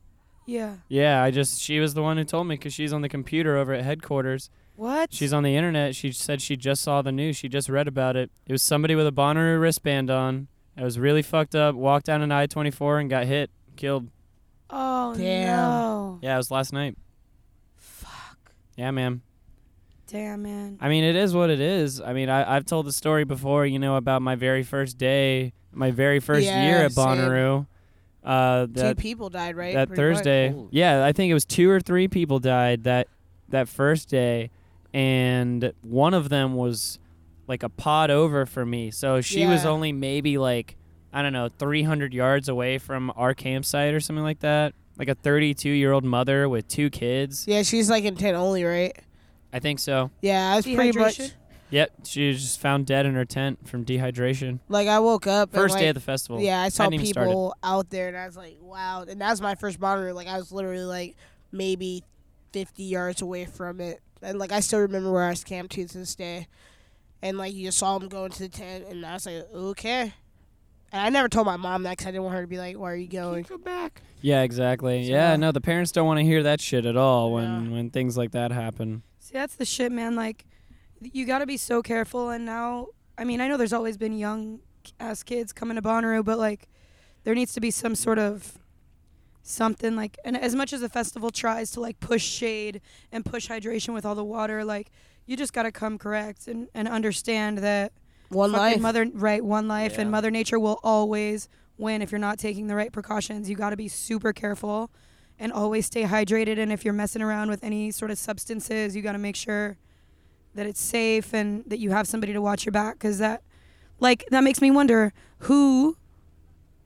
Speaker 3: Yeah.
Speaker 1: Yeah, I just, she was the one who told me because she's on the computer over at headquarters.
Speaker 3: What?
Speaker 1: She's on the internet. She said she just saw the news. She just read about it. It was somebody with a Bonnaroo wristband on. It was really fucked up. Walked down an I-24 and got hit, killed.
Speaker 3: oh
Speaker 4: Damn.
Speaker 3: no.
Speaker 1: Yeah, it was last night.
Speaker 3: Fuck.
Speaker 1: Yeah, man.
Speaker 3: Damn, man.
Speaker 1: I mean, it is what it is. I mean, I, I've told the story before, you know, about my very first day, my very first
Speaker 4: Yeah,
Speaker 1: year at
Speaker 4: same.
Speaker 1: Bonnaroo. Uh, that
Speaker 4: Two people died, right?
Speaker 1: that
Speaker 4: Pretty much.
Speaker 1: Thursday.
Speaker 2: Holy.
Speaker 1: Yeah, I think it was two or three people died that that first day, and one of them was like a pod over for me. So she was
Speaker 4: Yeah.
Speaker 1: only maybe like I don't know, 300 yards away from our campsite or something like that. Like a 32 year old mother with two kids.
Speaker 4: Yeah, she's like in tent only, right?
Speaker 1: I think so.
Speaker 4: Yeah, I was pretty much
Speaker 3: Dehydration?
Speaker 1: Yep, she was just found dead in her tent from dehydration.
Speaker 4: like I woke up.
Speaker 1: First
Speaker 4: and,
Speaker 1: day
Speaker 4: like,
Speaker 1: of the festival.
Speaker 4: Yeah, I saw
Speaker 1: hadn't even started.
Speaker 4: people out there, and I was like, wow. And that was my first monitor. Like I was literally like maybe 50 yards away from it, and like I still remember where I was camped to this day. And like you just saw them going to the tent, and I was like, okay. And I never told my mom that because I didn't want her to be like, why are you going?
Speaker 2: Go back.
Speaker 1: Yeah, exactly.
Speaker 4: So-
Speaker 1: yeah, no, the parents don't want to hear that shit at all when when things like that happen.
Speaker 3: See, that's the shit, man. Like, you got to be so careful. And now, I mean, I know there's always been young ass kids coming to Bonnaroo, but like, there needs to be some sort of something like. And as much as the festival tries to like push shade and push hydration with all the water, like, you just got to come correct and and understand that
Speaker 4: One
Speaker 3: fucking
Speaker 4: life.
Speaker 3: mother right one life and
Speaker 1: Yeah.
Speaker 3: mother nature will always win if you're not taking the right precautions you got to be super careful and always stay hydrated and if you're messing around with any sort of substances you got to make sure that it's safe and that you have somebody to watch your back because that like that makes me wonder who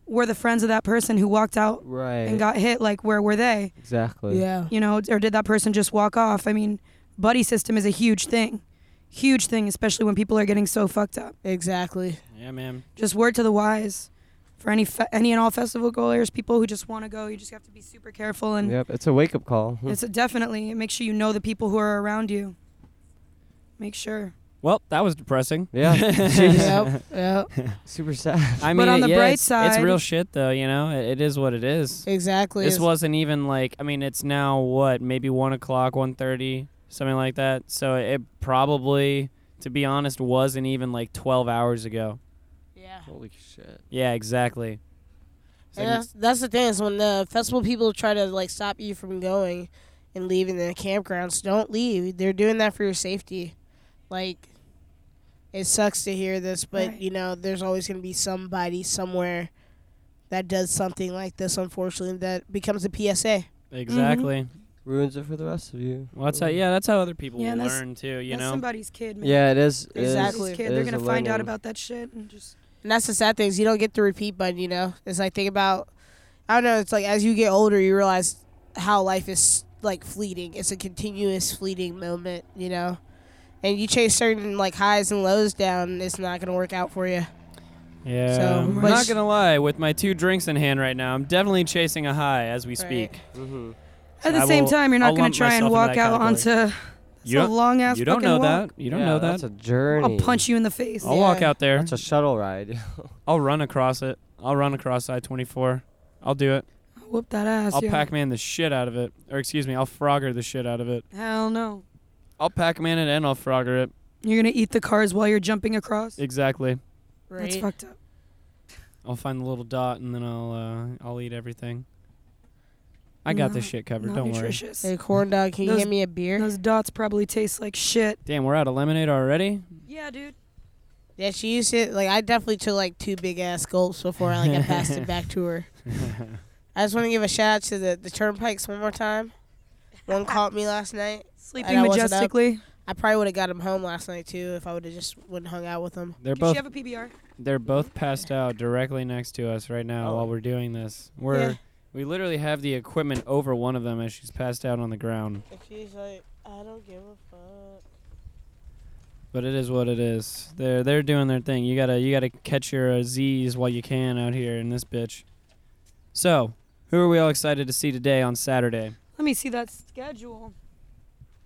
Speaker 3: were the friends of that person who walked out
Speaker 2: Right.
Speaker 3: and got hit like where were they
Speaker 2: exactly.
Speaker 4: yeah.
Speaker 3: you know or did that person just walk off i mean buddy system is a huge thing huge thing especially when people are getting so fucked up
Speaker 4: Exactly.
Speaker 1: *laughs* Yeah, man.
Speaker 3: just word to the wise for any fe- any and all festival goers people who just want to go you just have to be super careful and
Speaker 2: Yep. It's a wake up call.
Speaker 1: Mm-hmm.
Speaker 3: it's definitely make sure you know the people who are around you make sure
Speaker 1: Well, that was depressing.
Speaker 2: *laughs*
Speaker 1: *laughs*
Speaker 2: Yeah. Jeez.
Speaker 4: yep. Yep.
Speaker 2: *laughs* Super sad.
Speaker 1: I mean,
Speaker 3: *laughs* But on the
Speaker 1: yeah,
Speaker 3: bright
Speaker 1: it's, it's real
Speaker 3: side-
Speaker 1: shit though. You know, it, it is what it is.
Speaker 4: Exactly.
Speaker 1: This wasn't even like I mean, it's now what maybe one o'clock, one thirty, something like that. So it probably, to be honest, wasn't even like twelve hours ago.
Speaker 4: yeah.
Speaker 2: Holy shit.
Speaker 1: Yeah, exactly.
Speaker 4: And that's, that's the thing is when the festival people try to like stop you from going and leaving the campgrounds, don't leave. They're doing that for your safety. Like, it sucks to hear this, but
Speaker 3: Right.
Speaker 4: you know, there's always gonna be somebody somewhere that does something like this. Unfortunately, that becomes a PSA.
Speaker 3: Mm-hmm.
Speaker 1: Exactly.
Speaker 2: Ruins it for the rest of you.
Speaker 1: Well, that's how. Yeah, that's how other people
Speaker 3: Yeah,
Speaker 1: will
Speaker 3: that's-
Speaker 1: learn too. You
Speaker 3: That's
Speaker 1: know.
Speaker 3: somebody's kid man
Speaker 2: Yeah, it is. it is-
Speaker 3: Somebody's
Speaker 4: Exactly.
Speaker 3: kid.
Speaker 2: it
Speaker 3: they're
Speaker 2: is a
Speaker 3: gonna find out
Speaker 2: learning.
Speaker 3: about that shit and just
Speaker 4: And that's the sad thing is you don't get the repeat button, you know? It's like, think about, I don't know, it's like as you get older, you realize how life is like fleeting. It's a continuous fleeting moment, you know? And you chase certain like highs and lows down, it's not going to work out for you.
Speaker 1: Yeah.
Speaker 4: So,
Speaker 1: I'm
Speaker 4: but-
Speaker 1: not gonna lie. With my two drinks in hand right now, I'm definitely chasing a high as we speak.
Speaker 2: Mhm.
Speaker 3: at the
Speaker 1: I
Speaker 3: same
Speaker 1: will-
Speaker 3: time you're not
Speaker 1: I'll
Speaker 3: gonna
Speaker 1: lump
Speaker 3: try and
Speaker 1: myself
Speaker 3: walk
Speaker 1: into that
Speaker 3: out onto
Speaker 1: category.
Speaker 3: that's a long ass
Speaker 1: you don't
Speaker 3: fucking
Speaker 1: know
Speaker 3: walk.
Speaker 1: that. You don't
Speaker 2: Yeah,
Speaker 1: know
Speaker 2: That's
Speaker 1: that.
Speaker 2: a journey.
Speaker 3: I'll punch you in the face.
Speaker 1: I'll walk
Speaker 4: Yeah.
Speaker 1: out there.
Speaker 2: That's a shuttle ride. *laughs*
Speaker 1: I'll run across it. I'll run across I-24. I'll do it.
Speaker 3: Whoop that ass.
Speaker 1: I'll
Speaker 3: yeah.
Speaker 1: Pac-Man the shit out of it. Or excuse me, I'll Frogger the shit out of it.
Speaker 3: Hell no.
Speaker 1: I'll Pac-Man it and I'll Frogger it.
Speaker 3: You're gonna eat the cars while you're jumping across.
Speaker 1: Exactly.
Speaker 3: That's fucked up.
Speaker 1: I'll find the little dot and then I'll uh, I'll eat everything. I got this
Speaker 3: No,
Speaker 1: shit covered.
Speaker 3: Not
Speaker 1: Don't worry.
Speaker 3: nutritious.
Speaker 4: Hey, corn dog, can you
Speaker 3: Those-
Speaker 4: get me a beer?
Speaker 3: Those dots probably taste like shit.
Speaker 1: Damn, we're out of lemonade *laughs* already.
Speaker 3: Yeah, dude.
Speaker 4: Yeah, she used it. Like, I definitely took like two big ass gulps before I, like, I passed it back
Speaker 3: *laughs*
Speaker 4: to her. I just want to give a shout out to the, the turnpikes one more time. One caught me last night.
Speaker 3: Sleeping
Speaker 4: And I wasn't up.
Speaker 3: majestically.
Speaker 4: I probably would have got him home last night too if I would have just wouldn't hung out with him.
Speaker 1: They're
Speaker 3: Did she
Speaker 1: both
Speaker 3: have a PBR?
Speaker 1: they're both passed out directly next to us right now
Speaker 2: Oh.
Speaker 1: while we're doing this. We're
Speaker 4: Yeah.
Speaker 1: we literally have the equipment over one of them as she's passed out on the ground.
Speaker 4: And she's like, I don't give a fuck.
Speaker 1: Mm, But it is what it is. They're they're doing their thing. You gotta you gotta catch your uh, Z's while you can out here in this bitch. So, who are we all excited to see today on Saturday?
Speaker 3: Let me see that schedule.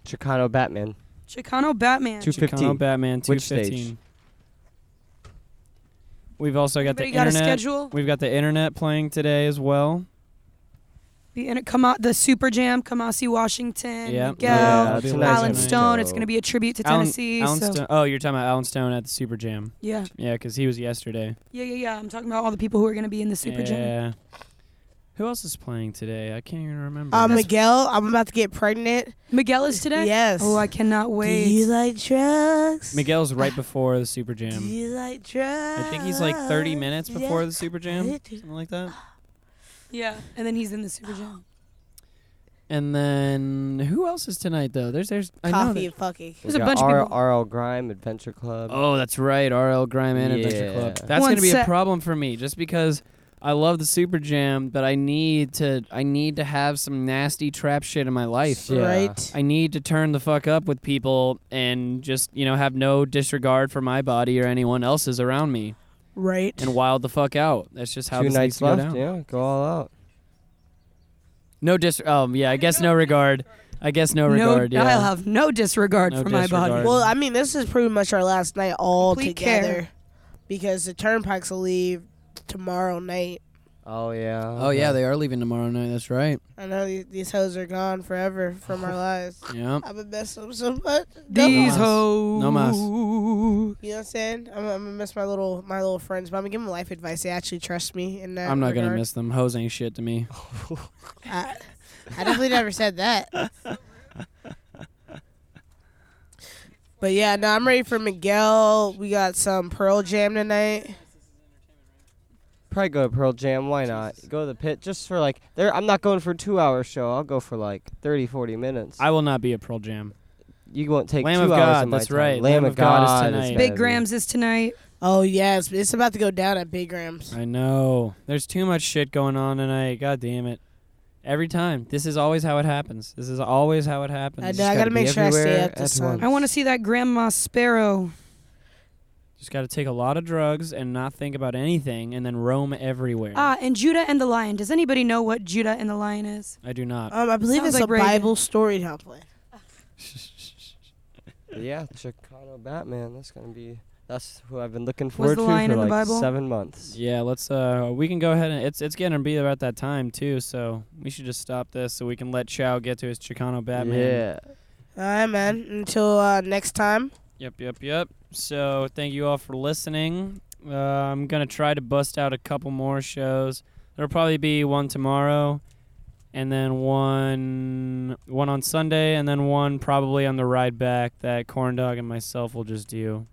Speaker 2: Chicano Batman.
Speaker 3: Chicano Batman.
Speaker 2: Two- 215.
Speaker 1: Chicano Batman
Speaker 2: Which stage?
Speaker 1: 215. We've also got
Speaker 3: Anybody
Speaker 1: the
Speaker 3: got a
Speaker 1: internet.
Speaker 3: schedule?
Speaker 1: We've got the internet playing today as well.
Speaker 3: Be in it, come out the Super Jam, Kamasi Washington,
Speaker 1: Yeah.
Speaker 3: Miguel,
Speaker 2: Yeah,
Speaker 1: that'll be
Speaker 2: tonight.
Speaker 1: last
Speaker 3: Alan
Speaker 1: night.
Speaker 3: Stone. It's gonna be a tribute to
Speaker 1: Alan-
Speaker 3: Tennessee.
Speaker 1: Alan
Speaker 3: so
Speaker 1: Stone- oh, you're talking about Alan Stone at the Super Jam.
Speaker 3: yeah,
Speaker 1: Yeah, because he was yesterday.
Speaker 3: yeah, yeah, yeah. I'm talking about all the people who are gonna be in the Super
Speaker 1: yeah.
Speaker 3: Jam.
Speaker 1: Who else is playing today? I can't even remember.
Speaker 4: Uh,
Speaker 1: That's-
Speaker 4: Miguel, I'm about to get pregnant.
Speaker 3: Miguel is today.
Speaker 4: Yes.
Speaker 3: Oh, I cannot wait.
Speaker 4: Do you like drugs?
Speaker 1: Miguel's right before the Super
Speaker 4: Do
Speaker 1: Jam.
Speaker 4: you like drugs?
Speaker 1: I think he's like 30 minutes before the Super Jam,
Speaker 4: Yeah.
Speaker 1: something like that.
Speaker 3: yeah, and then he's in the Super Jam.
Speaker 1: And then who else is tonight though? There's there's I know
Speaker 4: Coffee
Speaker 1: that-
Speaker 4: and fucking.
Speaker 3: There's a bunch of people.
Speaker 2: RL Grime Adventure Club.
Speaker 1: Oh, that's right, RL Grime and Adventure Club.
Speaker 2: Yeah.
Speaker 1: That's
Speaker 3: One
Speaker 1: gonna be a
Speaker 3: sec.
Speaker 1: problem for me just because I love the Super Jam, but I need to I need to have some nasty trap shit in
Speaker 6: *laughs*
Speaker 1: my life.
Speaker 2: Yeah.
Speaker 4: Right.
Speaker 1: I need to turn the fuck up with people and just, you know, have no disregard for my body or anyone else's around me
Speaker 4: Right.
Speaker 1: and wild the fuck out. That's just how
Speaker 2: Two
Speaker 1: this needs
Speaker 2: nights
Speaker 1: to go
Speaker 2: left.
Speaker 1: down.
Speaker 2: Yeah, go all out.
Speaker 1: No dis um yeah, I guess no regard. I guess no regard, yeah.
Speaker 3: I'll have no disregard
Speaker 1: No
Speaker 3: for my body.
Speaker 1: disregard.
Speaker 4: well, I mean, this is pretty much our last night all
Speaker 3: Complete
Speaker 4: together
Speaker 3: care.
Speaker 4: because the turnpikes will leave tomorrow night.
Speaker 2: Oh yeah.
Speaker 6: Oh yeah, they are leaving tomorrow night. That's right.
Speaker 4: I know these, these hoes are gone forever
Speaker 1: *laughs*
Speaker 4: from our lives.
Speaker 6: Yeah.
Speaker 4: I've been messing up so much.
Speaker 3: These
Speaker 6: mas.
Speaker 3: hoes.
Speaker 6: No mas.
Speaker 4: You know what I'm saying? I'm, I'm gonna miss my little my little friends, but I'm gonna give them life advice. They actually trust me, and
Speaker 6: I'm not gonna miss them. Hoes ain't shit to me.
Speaker 4: I, I definitely never said that. But yeah, no, I'm ready for Miguel. We got some Pearl Jam tonight.
Speaker 2: Probably go to Pearl Jam. Why not? Go to the pit just for like. There, I'm not going for a two-hour show. I'll go for like 30, 40 minutes.
Speaker 1: I will not be at Pearl Jam.
Speaker 2: you won't take
Speaker 1: Lamb
Speaker 2: two
Speaker 1: of
Speaker 2: hours
Speaker 1: God,
Speaker 2: of my
Speaker 1: that's
Speaker 2: time.
Speaker 1: right.
Speaker 2: Lamb, of, God, is
Speaker 1: tonight.
Speaker 2: gotta
Speaker 3: Big
Speaker 2: be-
Speaker 3: Grams is tonight.
Speaker 4: Oh yeah, it's, it's about to go down at Big Rams.
Speaker 1: I know. There's too much shit going on tonight. God damn it. Every time. This is always how it happens. This is always how it happens.
Speaker 4: I
Speaker 2: just
Speaker 4: know. I
Speaker 2: gotta
Speaker 4: gotta
Speaker 2: be
Speaker 4: make sure I stay
Speaker 2: everywhere
Speaker 4: up
Speaker 2: at
Speaker 4: this time.
Speaker 2: once.
Speaker 3: I want to see that Grandma Sparrow.
Speaker 1: Just got to take a lot of drugs and not think about anything and then roam everywhere.
Speaker 3: Ah, and Judah and the Lion. Does anybody know what Judah and the Lion is?
Speaker 1: I do not.
Speaker 4: Um, I believe
Speaker 3: Sounds
Speaker 4: it's
Speaker 3: like
Speaker 4: a
Speaker 3: Reagan.
Speaker 4: Bible story now play.
Speaker 2: Yeah, Chicano Batman. That's gonna be. That's who I've been looking
Speaker 3: Was
Speaker 2: forward
Speaker 3: the
Speaker 2: to
Speaker 3: lion
Speaker 2: for
Speaker 3: in the
Speaker 2: like
Speaker 3: Bible?
Speaker 2: seven months.
Speaker 1: Yeah, let's uh we can go ahead and it's it's gonna be about that time too, so we should just stop this so we can let Chow get to his Chicano Batman.
Speaker 2: Yeah.
Speaker 4: All right, man. Until uh, next time.
Speaker 1: Yep, yep, yep. So thank you all for listening. Uh, I'm gonna try to bust out a couple more shows. There'll probably be one tomorrow, and then one one on Sunday, and then one probably on the ride back that Corn Dog and myself will just do.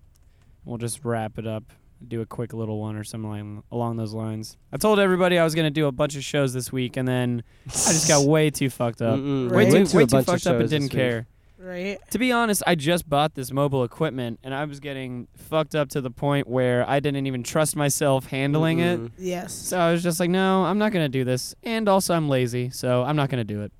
Speaker 1: We'll just wrap it up, do a quick little one or something like- along those lines. I told everybody I was gonna do a bunch of shows this week, and then I just
Speaker 3: *laughs*
Speaker 1: got way too fucked up.
Speaker 2: Mm-mm.
Speaker 4: Right.
Speaker 1: Way
Speaker 4: Went
Speaker 1: too,
Speaker 2: to Mm-hmm. a
Speaker 1: way too
Speaker 2: bunch of
Speaker 1: fucked up and
Speaker 2: shows
Speaker 1: didn't
Speaker 2: this week.
Speaker 1: care.
Speaker 4: Right.
Speaker 1: To be honest, I just bought this mobile equipment and I was getting fucked up to the point where I didn't even trust myself handling it.
Speaker 2: Mm-mm.
Speaker 4: Yes.
Speaker 1: So I was just like, no, I'm not going to do this. And also, I'm lazy, so I'm not going to do it.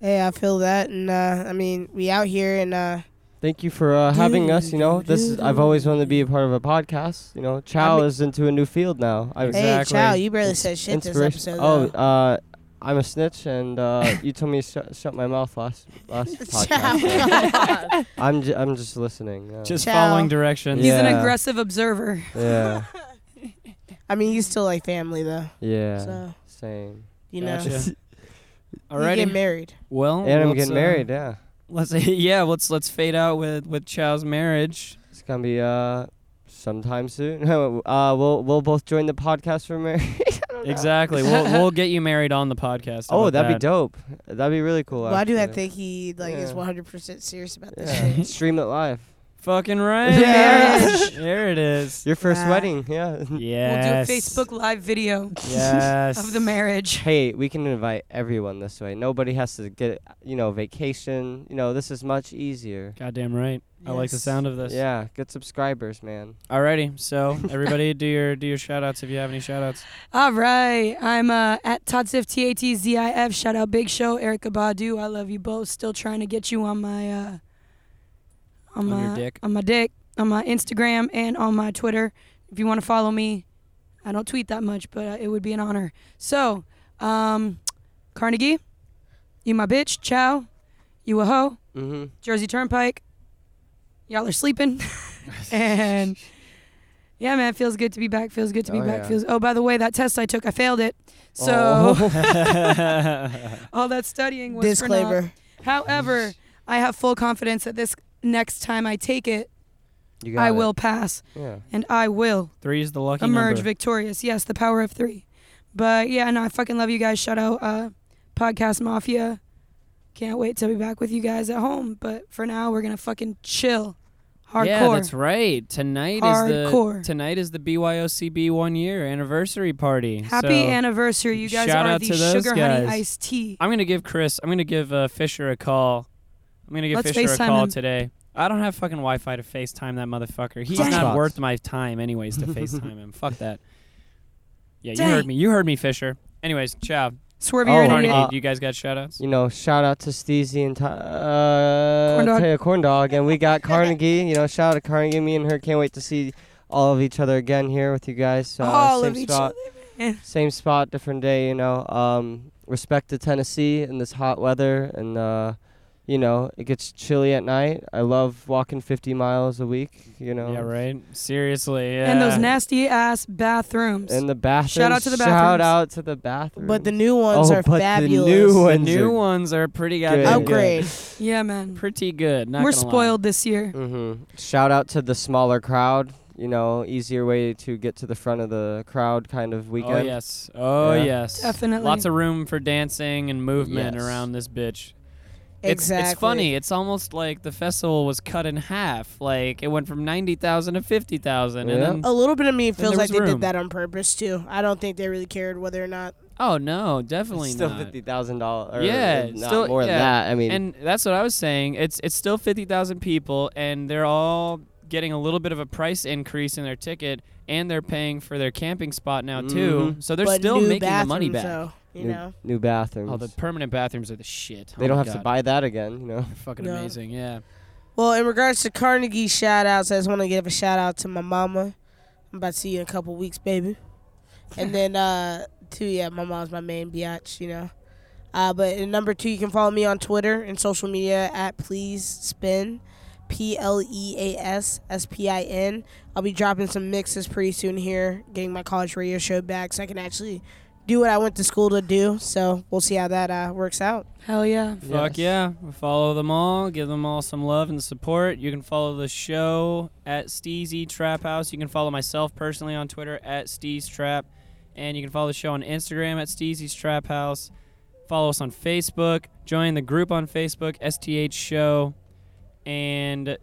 Speaker 4: Hey, I feel that, and uh, I mean, we out here, and uh,
Speaker 2: Thank you for uh, having us. You know, this is, I've always wanted to be a part of a podcast. You know, Chow
Speaker 4: mean-
Speaker 2: is into a new field now. I
Speaker 4: hey,
Speaker 1: Exactly.
Speaker 4: Chow, you barely
Speaker 2: It's
Speaker 4: said shit this
Speaker 2: inspiration-
Speaker 4: episode.
Speaker 2: Oh, *laughs*
Speaker 4: though.
Speaker 2: uh, I'm a snitch, and
Speaker 4: *laughs*
Speaker 2: uh, you told me to shut, shut my mouth last last podcast. so
Speaker 4: *laughs* Chow, come on.
Speaker 2: I'm j- I'm just listening. Yeah.
Speaker 1: Just
Speaker 4: Ciao.
Speaker 1: following directions.
Speaker 3: He's an
Speaker 2: Yeah.
Speaker 3: aggressive observer.
Speaker 4: *laughs*
Speaker 2: yeah,
Speaker 4: I mean, he's still like family though.
Speaker 2: yeah,
Speaker 4: So
Speaker 2: same.
Speaker 4: you know,
Speaker 1: Gotcha.
Speaker 4: *laughs* you get
Speaker 1: Alrighty.
Speaker 4: married.
Speaker 1: Well,
Speaker 2: And I'm
Speaker 1: let's,
Speaker 2: getting
Speaker 1: uh,
Speaker 2: married. Yeah,
Speaker 1: Let's *laughs* yeah, let's let's fade out with with Chow's marriage.
Speaker 2: it's gonna be uh sometime soon. *laughs* uh, we'll we'll both join the podcast for marriage.
Speaker 4: Oh,
Speaker 1: Exactly. we'll
Speaker 4: *laughs*
Speaker 1: we'll get you married on the podcast. How
Speaker 2: oh,
Speaker 1: about
Speaker 2: that'd
Speaker 1: that?
Speaker 2: be dope. That'd be really cool.
Speaker 4: Why do I
Speaker 2: actually.
Speaker 4: think he like is
Speaker 2: Yeah.
Speaker 4: 100 percent serious about this? *laughs*
Speaker 2: Yeah.
Speaker 1: *laughs*
Speaker 4: shit?
Speaker 2: Stream it live. *laughs*
Speaker 1: Fucking right.
Speaker 3: Marriage.
Speaker 1: there it is.
Speaker 2: Your first
Speaker 4: Yeah.
Speaker 2: wedding. Yeah. *laughs*
Speaker 1: Yes.
Speaker 3: We'll do a Facebook live video
Speaker 1: Yes.
Speaker 3: of the marriage.
Speaker 2: hey, we can invite everyone this way. Nobody has to get, you know, vacation. You know, this is much easier.
Speaker 1: Goddamn right. I like the
Speaker 4: Yes.
Speaker 1: sound of this.
Speaker 2: Yeah, get subscribers, man.
Speaker 1: Alrighty.
Speaker 3: *laughs*
Speaker 1: So everybody do your do your shout outs if you have any shout outs.
Speaker 3: All right. I'm uh, at Tatzif, T A T Z I F. Shout out Big Show, Erica Badu. I love you both. Still trying to get you on my. Uh,
Speaker 1: On
Speaker 3: on, my
Speaker 1: your dick.
Speaker 3: On my dick, on my Instagram, and on my Twitter. If you want to follow me, I don't tweet that much, but uh, it would be an honor. So, um, Carnegie, you my bitch. Ciao. You a hoe.
Speaker 2: Mm-hmm.
Speaker 3: Jersey Turnpike. Y'all are
Speaker 2: *laughs*
Speaker 3: sleeping. and yeah, man, feels good to be back. Feels good to be
Speaker 2: Oh,
Speaker 3: back.
Speaker 2: yeah. Oh.
Speaker 3: Feels Oh, by the way, that test I took, I failed it. So
Speaker 2: *laughs*
Speaker 3: all that studying was For
Speaker 4: Disclaimer.
Speaker 3: naught. However, I have full confidence that this next time I take it,
Speaker 2: You
Speaker 3: I
Speaker 2: it.
Speaker 3: will pass
Speaker 2: Yeah.
Speaker 3: and I will
Speaker 1: Three is the lucky
Speaker 3: emerge
Speaker 1: number.
Speaker 3: victorious. Yes, the power of 3. But yeah, no, I fucking love you guys. Shout out uh Podcast Mafia. Can't wait to be back with you guys at home, but for now we're going to fucking chill. Hardcore.
Speaker 1: Yeah, that's right. Tonight is the
Speaker 3: Hardcore.
Speaker 1: tonight is the BYOCB one year anniversary party.
Speaker 3: Happy
Speaker 1: So
Speaker 3: anniversary. You guys
Speaker 1: shout
Speaker 3: are
Speaker 1: out
Speaker 3: the
Speaker 1: to those
Speaker 3: sugar honey
Speaker 1: guys.
Speaker 3: iced tea.
Speaker 1: I'm gonna give Chris. I'm gonna give uh, Fisher a call. I'm gonna give
Speaker 3: Let's
Speaker 1: Fisher
Speaker 3: FaceTime
Speaker 1: a call
Speaker 3: him.
Speaker 1: today. I don't have fucking Wi-Fi to FaceTime that motherfucker. He's
Speaker 3: Dang.
Speaker 1: not
Speaker 2: Xbox.
Speaker 1: worth my time, anyways, *laughs* to FaceTime him. Fuck that. Yeah, you
Speaker 3: Dang.
Speaker 1: heard me. You heard me, Fisher. Anyways, ciao.
Speaker 3: Swerve
Speaker 2: Oh,
Speaker 3: your
Speaker 2: honey.
Speaker 1: Carnegie,
Speaker 3: idiot.
Speaker 2: uh,
Speaker 1: you guys got shout outs?
Speaker 2: You know, shout out to Steezy and Ty- uh,
Speaker 3: Corn Dog.
Speaker 2: Taya Corn Dog, and we
Speaker 3: *laughs*
Speaker 2: got Carnegie. You know, shout out to Carnegie. Me and her can't wait to see all of each other again here with you guys. Uh,
Speaker 3: All
Speaker 2: same
Speaker 3: of each
Speaker 2: spot.
Speaker 3: other. man.
Speaker 2: same spot, different day, you know. Um, respect to Tennessee in this hot weather, and uh, you know, it gets chilly at night. I love walking 50 miles a week, you know.
Speaker 1: Yeah, right. Seriously. Yeah.
Speaker 3: And those nasty ass bathrooms.
Speaker 2: And the bathrooms.
Speaker 3: Shout out to the
Speaker 2: Shout
Speaker 3: bathrooms.
Speaker 2: out to the bathroom.
Speaker 4: But the new ones
Speaker 2: oh,
Speaker 4: are
Speaker 2: but
Speaker 4: fabulous.
Speaker 2: The new
Speaker 1: the
Speaker 2: ones
Speaker 1: new
Speaker 2: are
Speaker 1: ones are pretty
Speaker 2: good.
Speaker 1: goddamn
Speaker 4: Oh,
Speaker 1: good.
Speaker 4: Upgrade.
Speaker 2: *laughs*
Speaker 3: yeah, man.
Speaker 1: Pretty good. Not
Speaker 3: We're
Speaker 1: gonna lie.
Speaker 3: spoiled this year.
Speaker 2: hmm Shout out to the smaller crowd. You know, easier way to get to the front of the crowd kind of weekend.
Speaker 1: Oh yes. Oh
Speaker 2: Yeah.
Speaker 1: yes.
Speaker 3: Definitely.
Speaker 1: Lots of room for dancing and movement
Speaker 2: Yes.
Speaker 1: around this bitch. It's,
Speaker 4: exactly.
Speaker 1: it's funny. It's almost like the festival was cut in half. Like it went from ninety thousand to fifty thousand,
Speaker 2: Yeah.
Speaker 1: and then
Speaker 4: A little bit of me feels
Speaker 1: there
Speaker 4: like
Speaker 1: was
Speaker 4: they
Speaker 1: room.
Speaker 4: did that on purpose too. I don't think they really cared whether or not.
Speaker 1: oh no, definitely
Speaker 2: It's still
Speaker 1: not.
Speaker 2: fifty thousand dollars.
Speaker 1: Yeah,
Speaker 2: not
Speaker 1: still-
Speaker 2: more
Speaker 1: yeah.
Speaker 2: than that. I mean,
Speaker 1: And that's what I was saying. It's it's still fifty thousand people, and they're all getting a little bit of a price increase in their ticket, and they're paying for their camping spot now too.
Speaker 2: Mhm.
Speaker 1: So they're
Speaker 4: but
Speaker 1: still
Speaker 4: new
Speaker 1: making the money back.
Speaker 4: bathrooms, though, you
Speaker 2: new,
Speaker 4: know,
Speaker 2: new bathrooms.
Speaker 1: Oh, the permanent bathrooms are the shit.
Speaker 2: they
Speaker 1: Oh
Speaker 2: don't
Speaker 1: my
Speaker 2: have to
Speaker 1: God.
Speaker 2: buy that again. You know.
Speaker 1: They're fucking
Speaker 4: No.
Speaker 1: amazing. Yeah.
Speaker 4: Well, in regards to Carnegie shout outs, I just want to give a shout out to my mama. I'm about to see you in a couple weeks, baby. And then, uh, two, yeah, my mom's my main biatch, you know. Uh, but in number two, you can follow me on Twitter and social media at Please Spin, P L E A S S P I N. I'll be dropping some mixes pretty soon here, getting my college radio show back so I can actually do what I went to school to do. So we'll see how that uh, works out.
Speaker 3: Hell yeah.
Speaker 1: Fuck yeah. Follow them all. Give them all some love and support. You can follow the show at Steezy Trap House. You can follow myself personally on Twitter at Steez Trap. And you can follow the show on Instagram at Steezy's Trap House. Follow us on Facebook. Join the group on Facebook, STH Show. And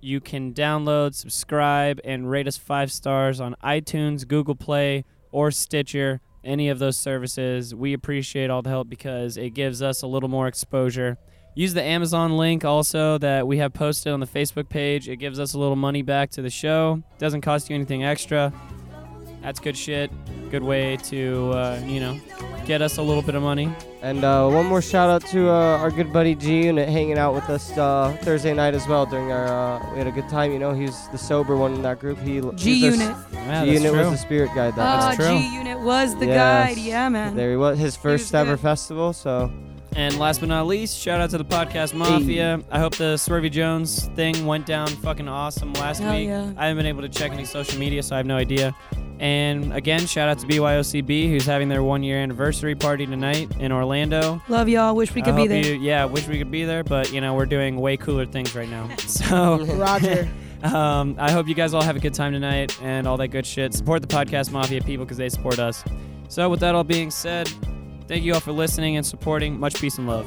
Speaker 1: you can download, subscribe, and rate us five stars on iTunes, Google Play, or Stitcher, any of those services. We appreciate all the help because it gives us a little more exposure. Use the Amazon link also that we have posted on the Facebook page. It gives us a little money back to the show. Doesn't cost you anything extra. That's good shit. Good way to, uh, you know, get us a little bit of money.
Speaker 2: And uh, one more shout out to uh, our good buddy G Unit hanging out with us uh, Thursday night as well. During our, uh, we had a good time. You know, he's the sober one in that group. He
Speaker 3: G Unit.
Speaker 1: Yeah,
Speaker 2: G
Speaker 1: that's
Speaker 2: Unit was
Speaker 1: true.
Speaker 2: the spirit guide. That
Speaker 3: Oh,
Speaker 1: That's true.
Speaker 3: G Unit was the
Speaker 2: Yes.
Speaker 3: guide. Yeah, man.
Speaker 2: there he was, his first
Speaker 3: was
Speaker 2: ever
Speaker 3: good.
Speaker 2: festival. So
Speaker 1: And last but not least, shout out to the podcast mafia. I hope the Swervy Jones thing went down fucking awesome last
Speaker 3: Hell
Speaker 1: week.
Speaker 3: yeah.
Speaker 1: I haven't been able to check any social media, so I have no idea. And again, shout out to BYOCB, who's having their one year anniversary party tonight in Orlando.
Speaker 3: Love y'all. Wish we
Speaker 1: I
Speaker 3: could be
Speaker 1: hope
Speaker 3: there.
Speaker 1: you- yeah, wish we could be there, but you know we're doing way cooler things right
Speaker 3: *laughs*
Speaker 1: now. So
Speaker 4: Roger.
Speaker 1: *laughs* um, I hope you guys all have a good time tonight and all that good shit. Support the podcast mafia people because they support us. So with that all being said, thank you all for listening and supporting. Much peace and love.